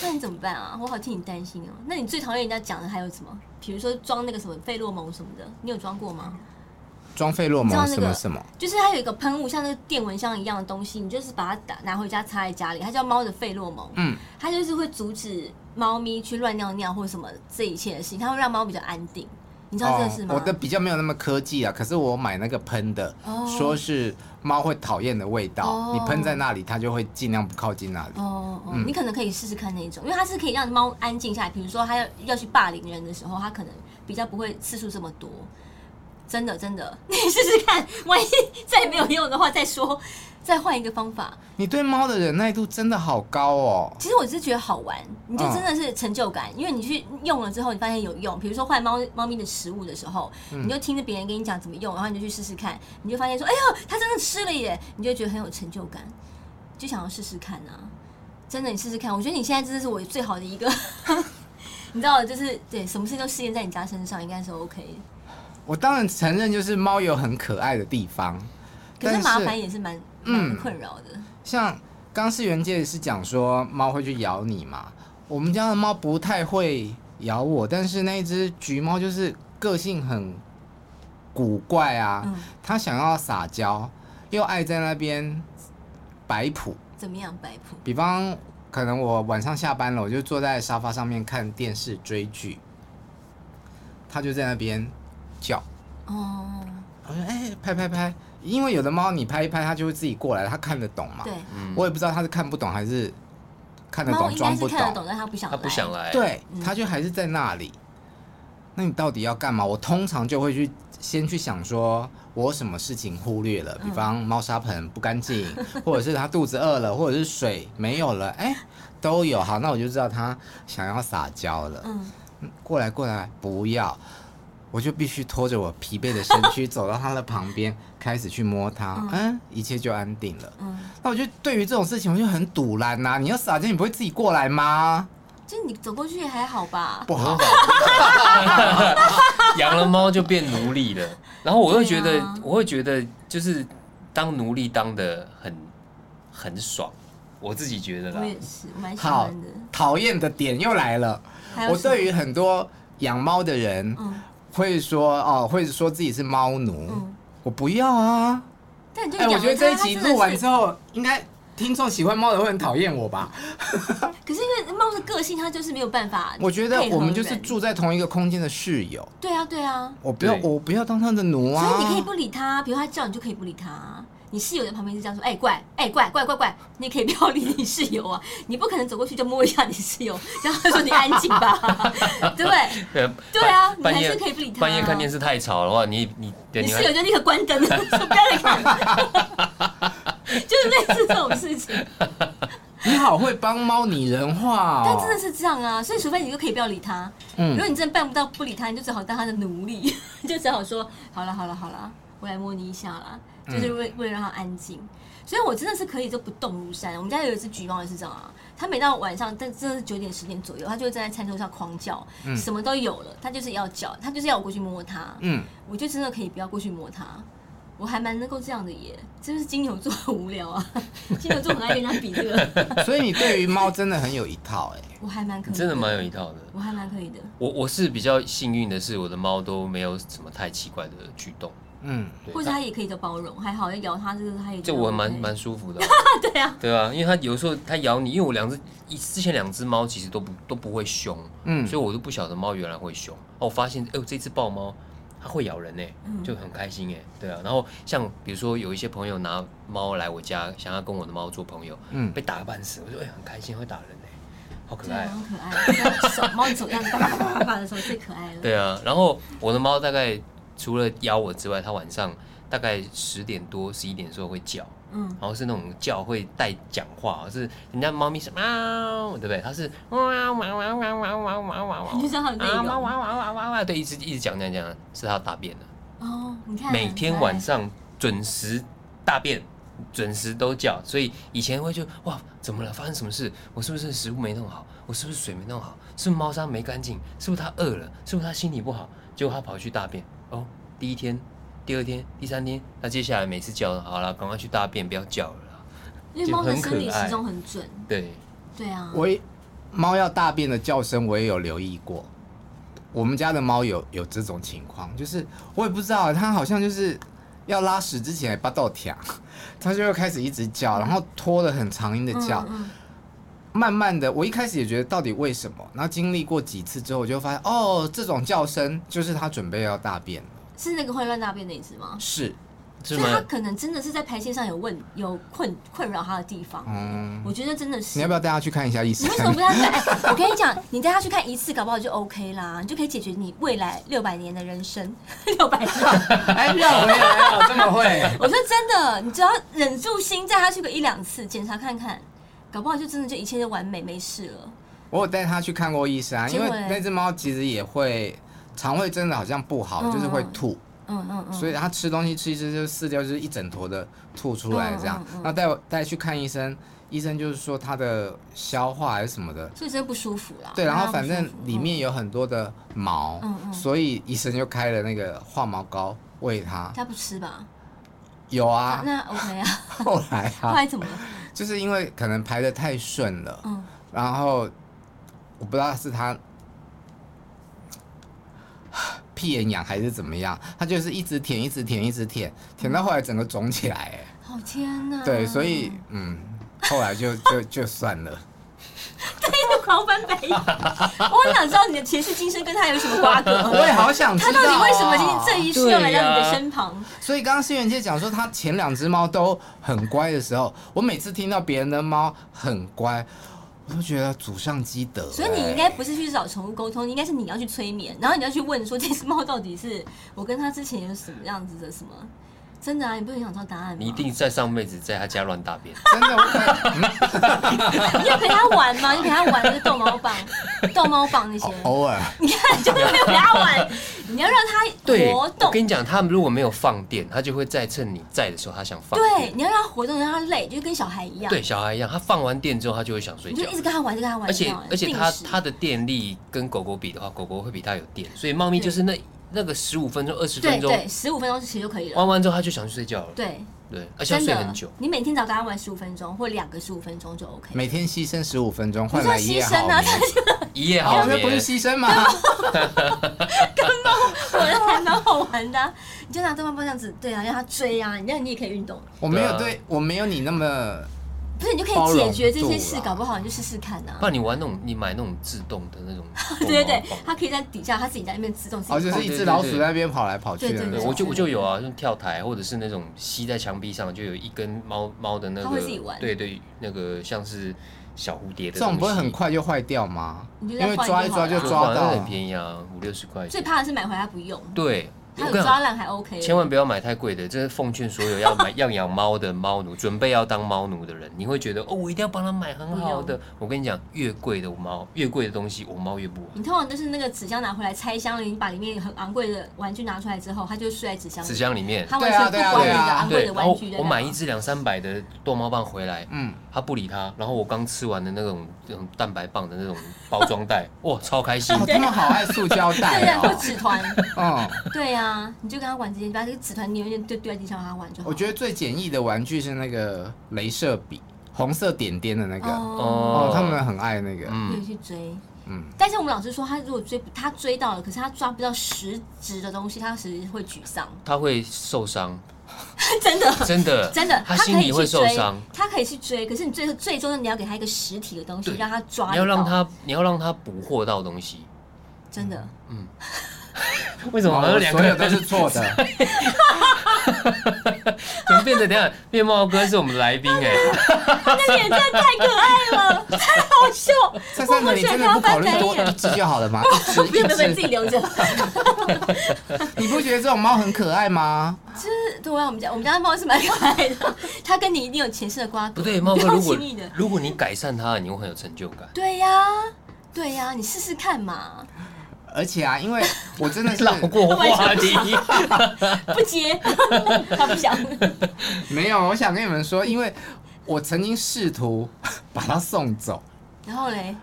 那你怎么办啊？我好替你担心哦。那你最讨厌人家讲的还有什么？比如说装那个什么费洛蒙什么的，你有装过吗？
装费洛
你知道
蒙
那
什
个
么什么，
就是它有一个喷雾，像那个电蚊香一样的东西，你就是把它打拿回家擦在家里，它叫猫的费洛蒙，
嗯，
它就是会阻止猫咪去乱尿尿或什么这一切的事情，它会让猫比较安定。你知道这个事吗？
哦我的比较没有那么科技啊，可是我买那个喷的，
哦
说是猫会讨厌的味道，
哦
你喷在那里，它就会尽量不靠近那里。
哦，哦，
嗯
你可能可以试试看那一种，因为它是可以让猫安静下来。比如说，它要要去霸凌人的时候，它可能比较不会次数这么多。真的，真的， 你试试看，万一再没有用的话，再说，再换一个方法。
你对猫的忍耐度真的好高哦。
其实我是觉得好玩，
嗯
你就真的是成就感，因为你去用了之后，你发现有用。比如说换猫猫咪的食物的时候，
嗯
你就听着别人跟你讲怎么用，然后你就去试试看，你就发现说，哎呦，它真的吃了耶，你就觉得很有成就感，就想要试试看啊！真的，你试试看，我觉得你现在真的是我最好的一个， 你知道，就是对什么事都试验在你家身上，应该是 OK 的。
我当然承认，就是猫有很可爱的地方，
可是
但
麻烦也是蛮蛮
嗯
困扰的，
像刚世元界是讲说猫会去咬你嘛，我们家的猫不太会咬我，但是那一只橘猫就是个性很古怪啊，
嗯
它想要撒娇，又爱在那边摆谱。
怎么样，摆谱？
比方可能我晚上下班了，我就坐在沙发上面看电视追剧，它就在那边叫，
哦，
我说哎、拍拍拍，因为有的猫你拍一拍它就会自己过来，它看得懂嘛。
对，
我也不知道他是看不懂还是看得
猫
懂
哦应
装
该是
不
看得
懂
懂，，嗯但它不想
他不想来，，
对，他就还是在那里。那你到底要干嘛？我通常就会去先去想说，我有什么事情忽略
嗯
了，比方猫砂盆不干净， 或者是它肚子饿了，或者是水没有了，哎、都有。好，那我就知道它想要撒娇了。
嗯。
过来过来，不要，我就必须拖着我疲惫的身 躯走到它的旁边，开始去摸它，嗯，一切就安定了。
嗯
那我就对于这种事情我就很堵然呐、你要撒娇，你不会自己过来吗？
就你走过去也还好吧？
不好，
养了猫就变奴隶了。然后我会觉
对
得，
啊
我会觉得就是当奴隶当的很很爽，我自己觉得啦
我。也是，我蛮喜
好
欢的。，
讨厌的点又来了。
还有
我
什么
对于很多养猫的人
嗯
会说哦，会说自己是猫奴，
嗯，
我不要啊。
但你就
哎、我
养
觉得
了
这一
它，它
集
真
录完
的
之
是。
后，应该听众喜欢猫的会很讨厌我吧？
可是因为猫的个性，它就是没有办法。
我觉得我们就是。住在同一个空间的室友，
对啊，对啊。
我不要，
对
我不要当他的奴啊。
所以你可以不理它，比如它叫你就可以不理它。你室友在旁边是这样说：“哎、怪，哎、怪，怪，怪，怪，你也可以不要理你室友啊！你不可能走过去就摸一下你室友，然后他说你安静吧，对不对？
对
对啊
半呃
你
半
还
夜
是可以不理它啊
半夜看电视太吵的话，你你对
你
你
室友就立刻关灯，说不要来看我，就是类似这种事情。
你好会帮猫拟人化
但
哦嗯
真。的是这样啊，所以除非你就可以不要理他。如果你真的办不到不理他，你就只好当他的奴隶， 就只好说好了好了好了，我来摸你一下啦，
嗯
就是为、为了让他安静。所以我真的是可以就不动如山。我们家有一只橘猫也是这样啊，它每到晚上，但真的是九点十点左右，它就会站在餐桌上狂叫，什么都有了，它就是要叫，它就是要我过去摸它，
嗯，
我就真的可以不要过去摸它。我还蛮能够这样的耶，真是金牛座很无聊啊， 金牛座很爱跟人家比 这个，
嗯所以你对于猫真的很有一套哎、
我还蛮可以
真的蛮有一套的。
我还蛮可以的。
我我是比较幸运的是，我的猫都没有什么太奇怪的举动，
嗯，
对
或者它也可以叫包容，还好要咬它，这个它也
这我蛮蛮舒服的啊、
对啊，
对啊，因为它有时候它咬你，因为我两只一之前两只猫其实都不都不会凶，
嗯
所以我都不晓得猫原来会凶。哦，我发现，哎、呦，这只豹猫它会咬人呢、欸就很开心哎、对啊，然后像比如说有一些朋友拿猫来我家，想要跟我的猫做朋友，
嗯
被打个半死，我就哎、很开心，会打人呢、好可
对
爱
啊，
啊、
很可爱。手猫手这样叭叭叭叭叭的时候最可爱了。
对啊，然后我的猫大概除了咬我之外，它晚上大概十点多、十一点的时候会叫，
嗯，
然后是那种叫会带讲话，是人家猫咪是喵，对不对？它是哇哇哇哇哇哇哇哇哇哇，
你就知道它有内
啊
容
哇哇哇哇哇哇，对，一直一直讲讲讲，是它大便了，
哦，你看
每天晚上准时大便。准时都叫，所以以前会就哇，怎么了？发生什么事？我是不是食物没弄好？我是不是水没弄好？是不是猫砂没干净？是不是它饿了？是不是它心里不好？结果它跑去大便。哦，第一天、第二天、第三天，那接下来每次叫好了，赶快去大便，不要叫了啦。
因为猫的生理时钟很准。
对，
对啊，
我也猫要大便的叫声我也有留意过，我们家的猫有有这种情况，就是我也不知道，它好像就是要拉屎之前巴豆跳，它就会开始一直叫，然后拖了很长音的叫。
嗯
慢慢的，我一开始也觉得到底为什么，然后经历过几次之后，我就发现哦，这种叫声就是它准备要大便了，
嗯是那个会乱大便那一只吗？
是，
是
所以他
吗？
可能真的是在排泄上有问有困困扰他的地方。
嗯，
我觉得真的是。
你要不要带它去看一下医
你
生
为？什么不带他去看？ 哎我跟你讲，你带他去看一次，搞不好就 OK 啦，你就可以解决你未来六百年的人生。 六百年，
哎，没有没有没有这么会，
我说真的，你只要忍住心，带他去个一两次检查看看，搞不好就真的就一切就完美没事了。
我有带它去看过医生啊，
结
因
果
为
嘞
那只猫其实也会肠胃真的好像不好，
嗯
就是会吐，
嗯嗯嗯。
所以它吃东西吃一吃就撕掉，就是一整坨的吐出来这样
嗯嗯。嗯
那带我带去看医生，医生就是说它的消化还是什么的
所以真的不舒服啦。
对，然
让
后
他
反
哦不舒
正
服
里面有很多的毛，
嗯嗯
所以医生就开了那个化毛膏喂它
嗯。他不吃吧？
有啊，
啊那 OK 啊。
后来
后
啊，
来怎么了？
就是因为可能排的太顺了，
嗯，
然后我不知道是它屁眼痒还是怎么样，它就是一直舔，一直舔，一直舔，舔到后来整个肿起来。哎
好哦天哪。
对，所以 嗯，后来就就就算 了。
狂翻白眼。我很想知道你的前世今生跟他有什么瓜葛。
我也好想知道、
他
啊，
到底为什么今天这一世
啊
要来到你的身旁？
所以刚刚新元姐讲说，她前两只猫都很乖的时候，我每次听到别人的猫很乖，我都觉得祖上积德、欸
所以你应该不是去找宠物沟通，应该是你要去催眠，然后你要去问说这只猫到底是我跟它之前有什么样子的什么？真的啊，你不是很想知道答案吗？
哦你一定在上辈子在他家乱大便，
真的，我可能
你就陪它玩嘛，就陪它玩那个逗猫棒、逗猫棒那些，
哦
偶尔
你看就是没有陪它玩，你要让它
对，
活
我
动。
跟你讲，他们如果没有放电，他就会在趁你在的时候，他想放
对，
电。
你要让它活动，让它累，就跟小孩一样。
对，小孩一样，他放完电之后，他就会想睡
你
觉
就。一直跟它玩，就跟它玩。
而且
这样
而且它
定时
它的电力跟狗狗比的话，狗狗会比它有电，所以猫咪就是那那个十五分钟、二十
对
分钟哦
对，十五分钟其实就可以了。
玩完之后，它就想去睡觉了。
对，
对，而且要
真
睡
的，
很久。
你每天只要跟他玩十五分钟或两个十五分钟就 OK。
每天牺牲十五分钟
不
换
是要
来一夜
牺
好
牲啊，
眠
但，是
一夜好
哎
哦，那
眠
不是牺牲吗？
我觉得还蛮好玩的啊、你就拿电棒棒这样子，对啊，让他追啊，你让你也可以运动，
我没有
对啊
对，我没有你那么
不是你就可
包
以
容
解决这些
度
事，
啦
搞不好你就试试看啊，
不。然你玩那种，你买那种自动的那种
对对对
蹦蹦，蹦
他可以在底下，他自己在那边自动自己。
哦，就是一只老鼠在那边跑来跑去的
对
那
对，
对
我
种。
就我就有啊，用跳台或者是那种吸在墙壁上，就有一根猫猫的那
它
个
会自己，玩
对对，那个像是小蝴蝶的
这
东西。
种不会很快就坏掉吗？
你就
因
再
为
换
抓一
就
抓
好
就
了啊
抓
那
到
很
了。
便宜啊，五六十块
最
钱。
怕的是买回来不用，
对，
他
我
有
跟你讲
抓烂还 OK。
千万不要买太贵的，这是奉劝所有要买 要养猫的猫奴，准备要当猫奴的人，你会觉得哦，我一定要帮他买很好的。我跟你讲，越贵的猫，越贵的东西，我猫越不玩。
你通常都是那个纸箱拿回来拆箱了，你把里面很昂贵的玩具拿出来之后，他就睡在纸箱里。
纸箱里面，
他完全不
对啊对啊
管你
对
的
啊
昂贵
对，
的
然
玩
后
具在
我
哪
买一只两三百的逗猫棒回来，
嗯，
他不理他，然后我刚吃完的那种那种蛋白棒的那种包装袋， 哇，超开心
哦，。他们好爱塑胶
对
袋
啊，或
哦。
纸团。
嗯，
对啊，你就跟他玩这些，把这个纸团捏一捏就丢在地上让他玩就好。
我觉
得
得最简易的玩具是那个镭射笔，红色点点的那个。
哦，
哦
哦，他们很爱那个，
可以
嗯，
去追。
嗯，
但是我们老师说，他如果追不他追到了，可是他抓不到实质的东西，他其实会沮丧。
他会受伤，
真的，
真的，
真的，
他
可
心里
以去
会受
追
伤。，
他可以去追，可是你最最终你要给他一个实体的东西，
对
让他抓得到。
你要让他，你要让他捕获到东西。
真的，
为什
哦
么好像两
所
个
有
人
都是错 的，
怎么变成等一下面包哥是我们来宾哎、
那脸真的太可爱了， 太好笑。
珊珊
我
哥，
不
你
喜欢
真的不考虑
他翻白
多
眼
一只就好了 吗？一只
不
一
用不用，自己
只，
留着。
你不觉得这种猫很可爱吗？
就是对啊，我们家我们家的猫是蛮可爱的，它跟你一定有前世的瓜葛。
不对，猫哥
不要
如果
轻易的
如果你改善它，你会很有成就感。
对呀、对呀、你试试看 嘛，
而且啊，因为我真 的是
绕过话题，
不接， 他不想。
没有，我想跟你们说，因为我曾经试图把它送走，
然后嘞，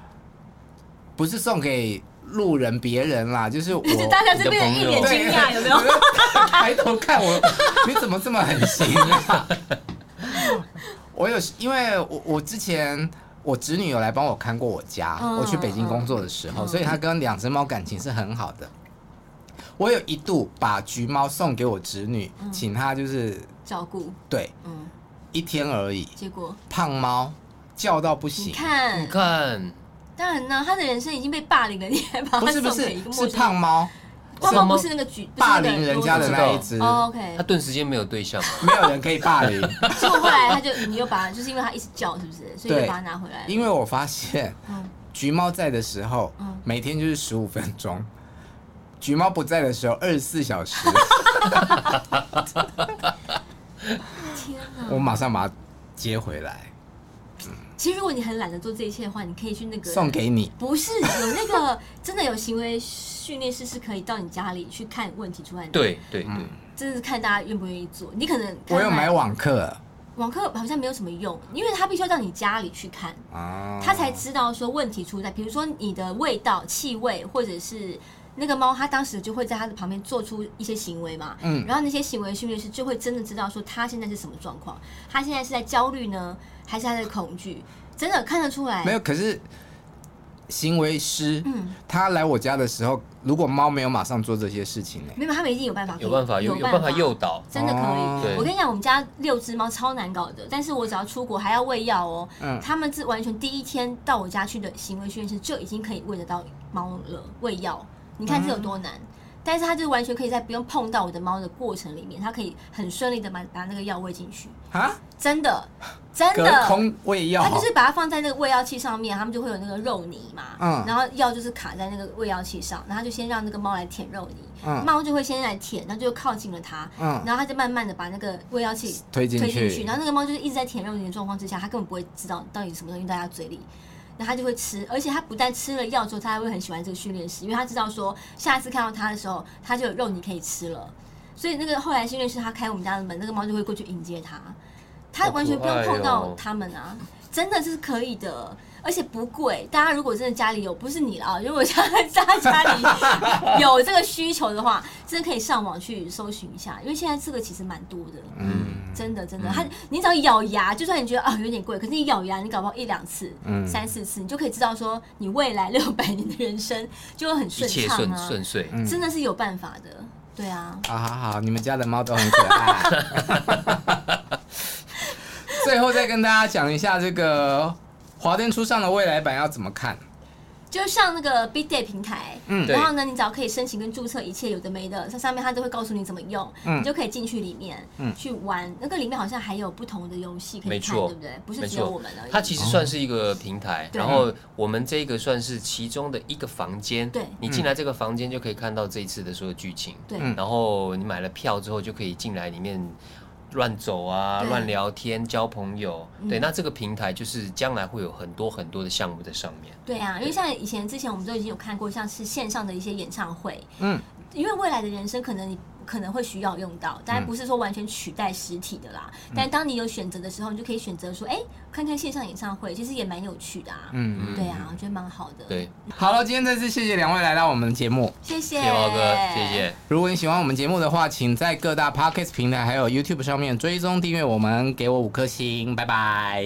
不是送给路人别人啦，就是 我
就大家这边人一脸
很
惊讶，有没有？？
抬头看我，你怎么这么狠心啊？我有，因为我我之前我侄女有来帮我看过我家，
嗯
我去北京工作的时候，
嗯
所以她跟两只猫感情是很好的。我有一度把橘猫送给我侄女，
嗯
请她就是
照顾，
对
嗯，
一天而已，
结果
胖猫叫到不
你
行，
你
看，
看，
当然呢，他的人生已经被霸凌了，你还把
不
他
是不
送
是
给一个陌
是
生
胖
人，
猫
胖
什么
猫不是那个举
霸凌人家的
知道
那一只，
哦
他
，OK，
顿时间没有对象嘛，
没有人可以霸凌，
结果后来他就你又把，就是因为他一直叫，是不是？所以
对
就把他拿回来了。
因为我发现
嗯，
橘猫在的时候
嗯，
每天就是十五分钟；橘猫不在的时候，二十四 小时，
天
我
哪！
马上把它接回来，
其实如果你很懒得做这一切的话，你可以去那个
送给你。
不是有那个 真的有行为训练师是可以到你家里去看问题出来，，
对对对，
真的是看大家愿不愿意做。你可能看
我有
看
买网课
网课好像没有什么用，因为他必须要到你家里去看，
啊，
他才知道说问题出在，比如说你的味道、气味，或者是那个猫，它当时就会在它的旁边做出一些行为嘛。
嗯
然后那些行为训练师就会真的知道说它现在是什么状况，它现在是在焦虑呢，还是它在恐惧？真的看得出来。
没有。可是行为师
嗯，
他来我家的时候，如果猫没有马上做这些事情呢，
没有，他们一定有办法可以，
有办法有有办法诱导，
真的可
哦
以。
对
我跟你讲，我们家六只猫超难搞的，但是我只要出国还要喂药哦。
嗯
他们是完全第一天到我家去的行为训练师就已经可以喂得到猫了，喂药，你看这有多
嗯
难。但是它就完全可以在不用碰到我的猫的过程里面，它可以很顺利的把把那个药喂进去，
啊，
真的，真
隔
的，
空喂药
它，就是把它放在那个喂药器上面，它们就会有那个肉泥嘛，
嗯
然后药就是卡在那个喂药器上，然后就先让那个猫来舔肉泥，
嗯
猫、就会先来舔，然后就靠近了它，
嗯
然后它就慢慢的把那个喂药器
推进
推进
去
去，，然后那个猫就是一直在舔肉泥的状况之下，它根本不会知道到底什么东西在它嘴里，然后它就会吃，而且它不但吃了药之后，它还会很喜欢这个训练师，因为它知道说下次看到它的时候，它就有肉泥可以吃了，所以那个后来训练师他开我们家的门，那个猫就会过去迎接它，它
好可
完全不用
爱
碰
哦
到它们啊，真的是可以的。而且不贵，大家如果真的家里有，不是你了啊，如 果家大家家里有这个需求的话，真的可以上网去搜寻一下，因为现在这个其实蛮多的。
嗯
真的真的，它你只要咬牙，就算你觉得啊有点贵，可是你咬牙，你搞不好一两次、
嗯
三四次，你就可以知道说你未来六百年的人生就会很
一
顺
切
畅
顺
啊，
顺遂。
嗯
真的是有办法的。对啊，
好好好，你们家的猫都很可爱。 最后再跟大家讲一下这个《华灯初上》的未来版要怎么看。
就像那个 Big Day 平台，
嗯
然后呢，你只要可以申请跟注册一切有的没的，它上面它都会告诉你怎么用，
嗯
你就可以进去里面、
嗯
去玩。那个里面好像还有不同的游戏可以
没
看，
错
对不对？不是
没
只有
错
我们而已。哦
它其实算是一个平台，
对
然后我们这个算是其中的一个房间。
对
你进来这个房间就可以看到这一次的所有剧情。
对
嗯
然后你买了票之后就可以进来里面乱走啊、
对
乱聊天、交朋友。
嗯
对，那这个平台就是将来会有很多很多的项目在上面。
对啊，因为像以前之前我们都已经有看过，像是线上的一些演唱会，
嗯，
因为未来的人生可能你可能会需要用到，
嗯
当然不是说完全取代实体的啦。但当你有选择的时候，你就可以选择说，哎、看看线上演唱会，其实也蛮有趣的啊。
嗯，
对啊，我觉得蛮好的。，
嗯对，
好了，今天再次谢谢两位来到我们的节目。
谢谢
谢谢猫哥，谢谢。
如果你喜欢我们节目的话，请在各大 podcast 平台还有 YouTube 上面追踪订阅我们，给我五颗星，拜拜。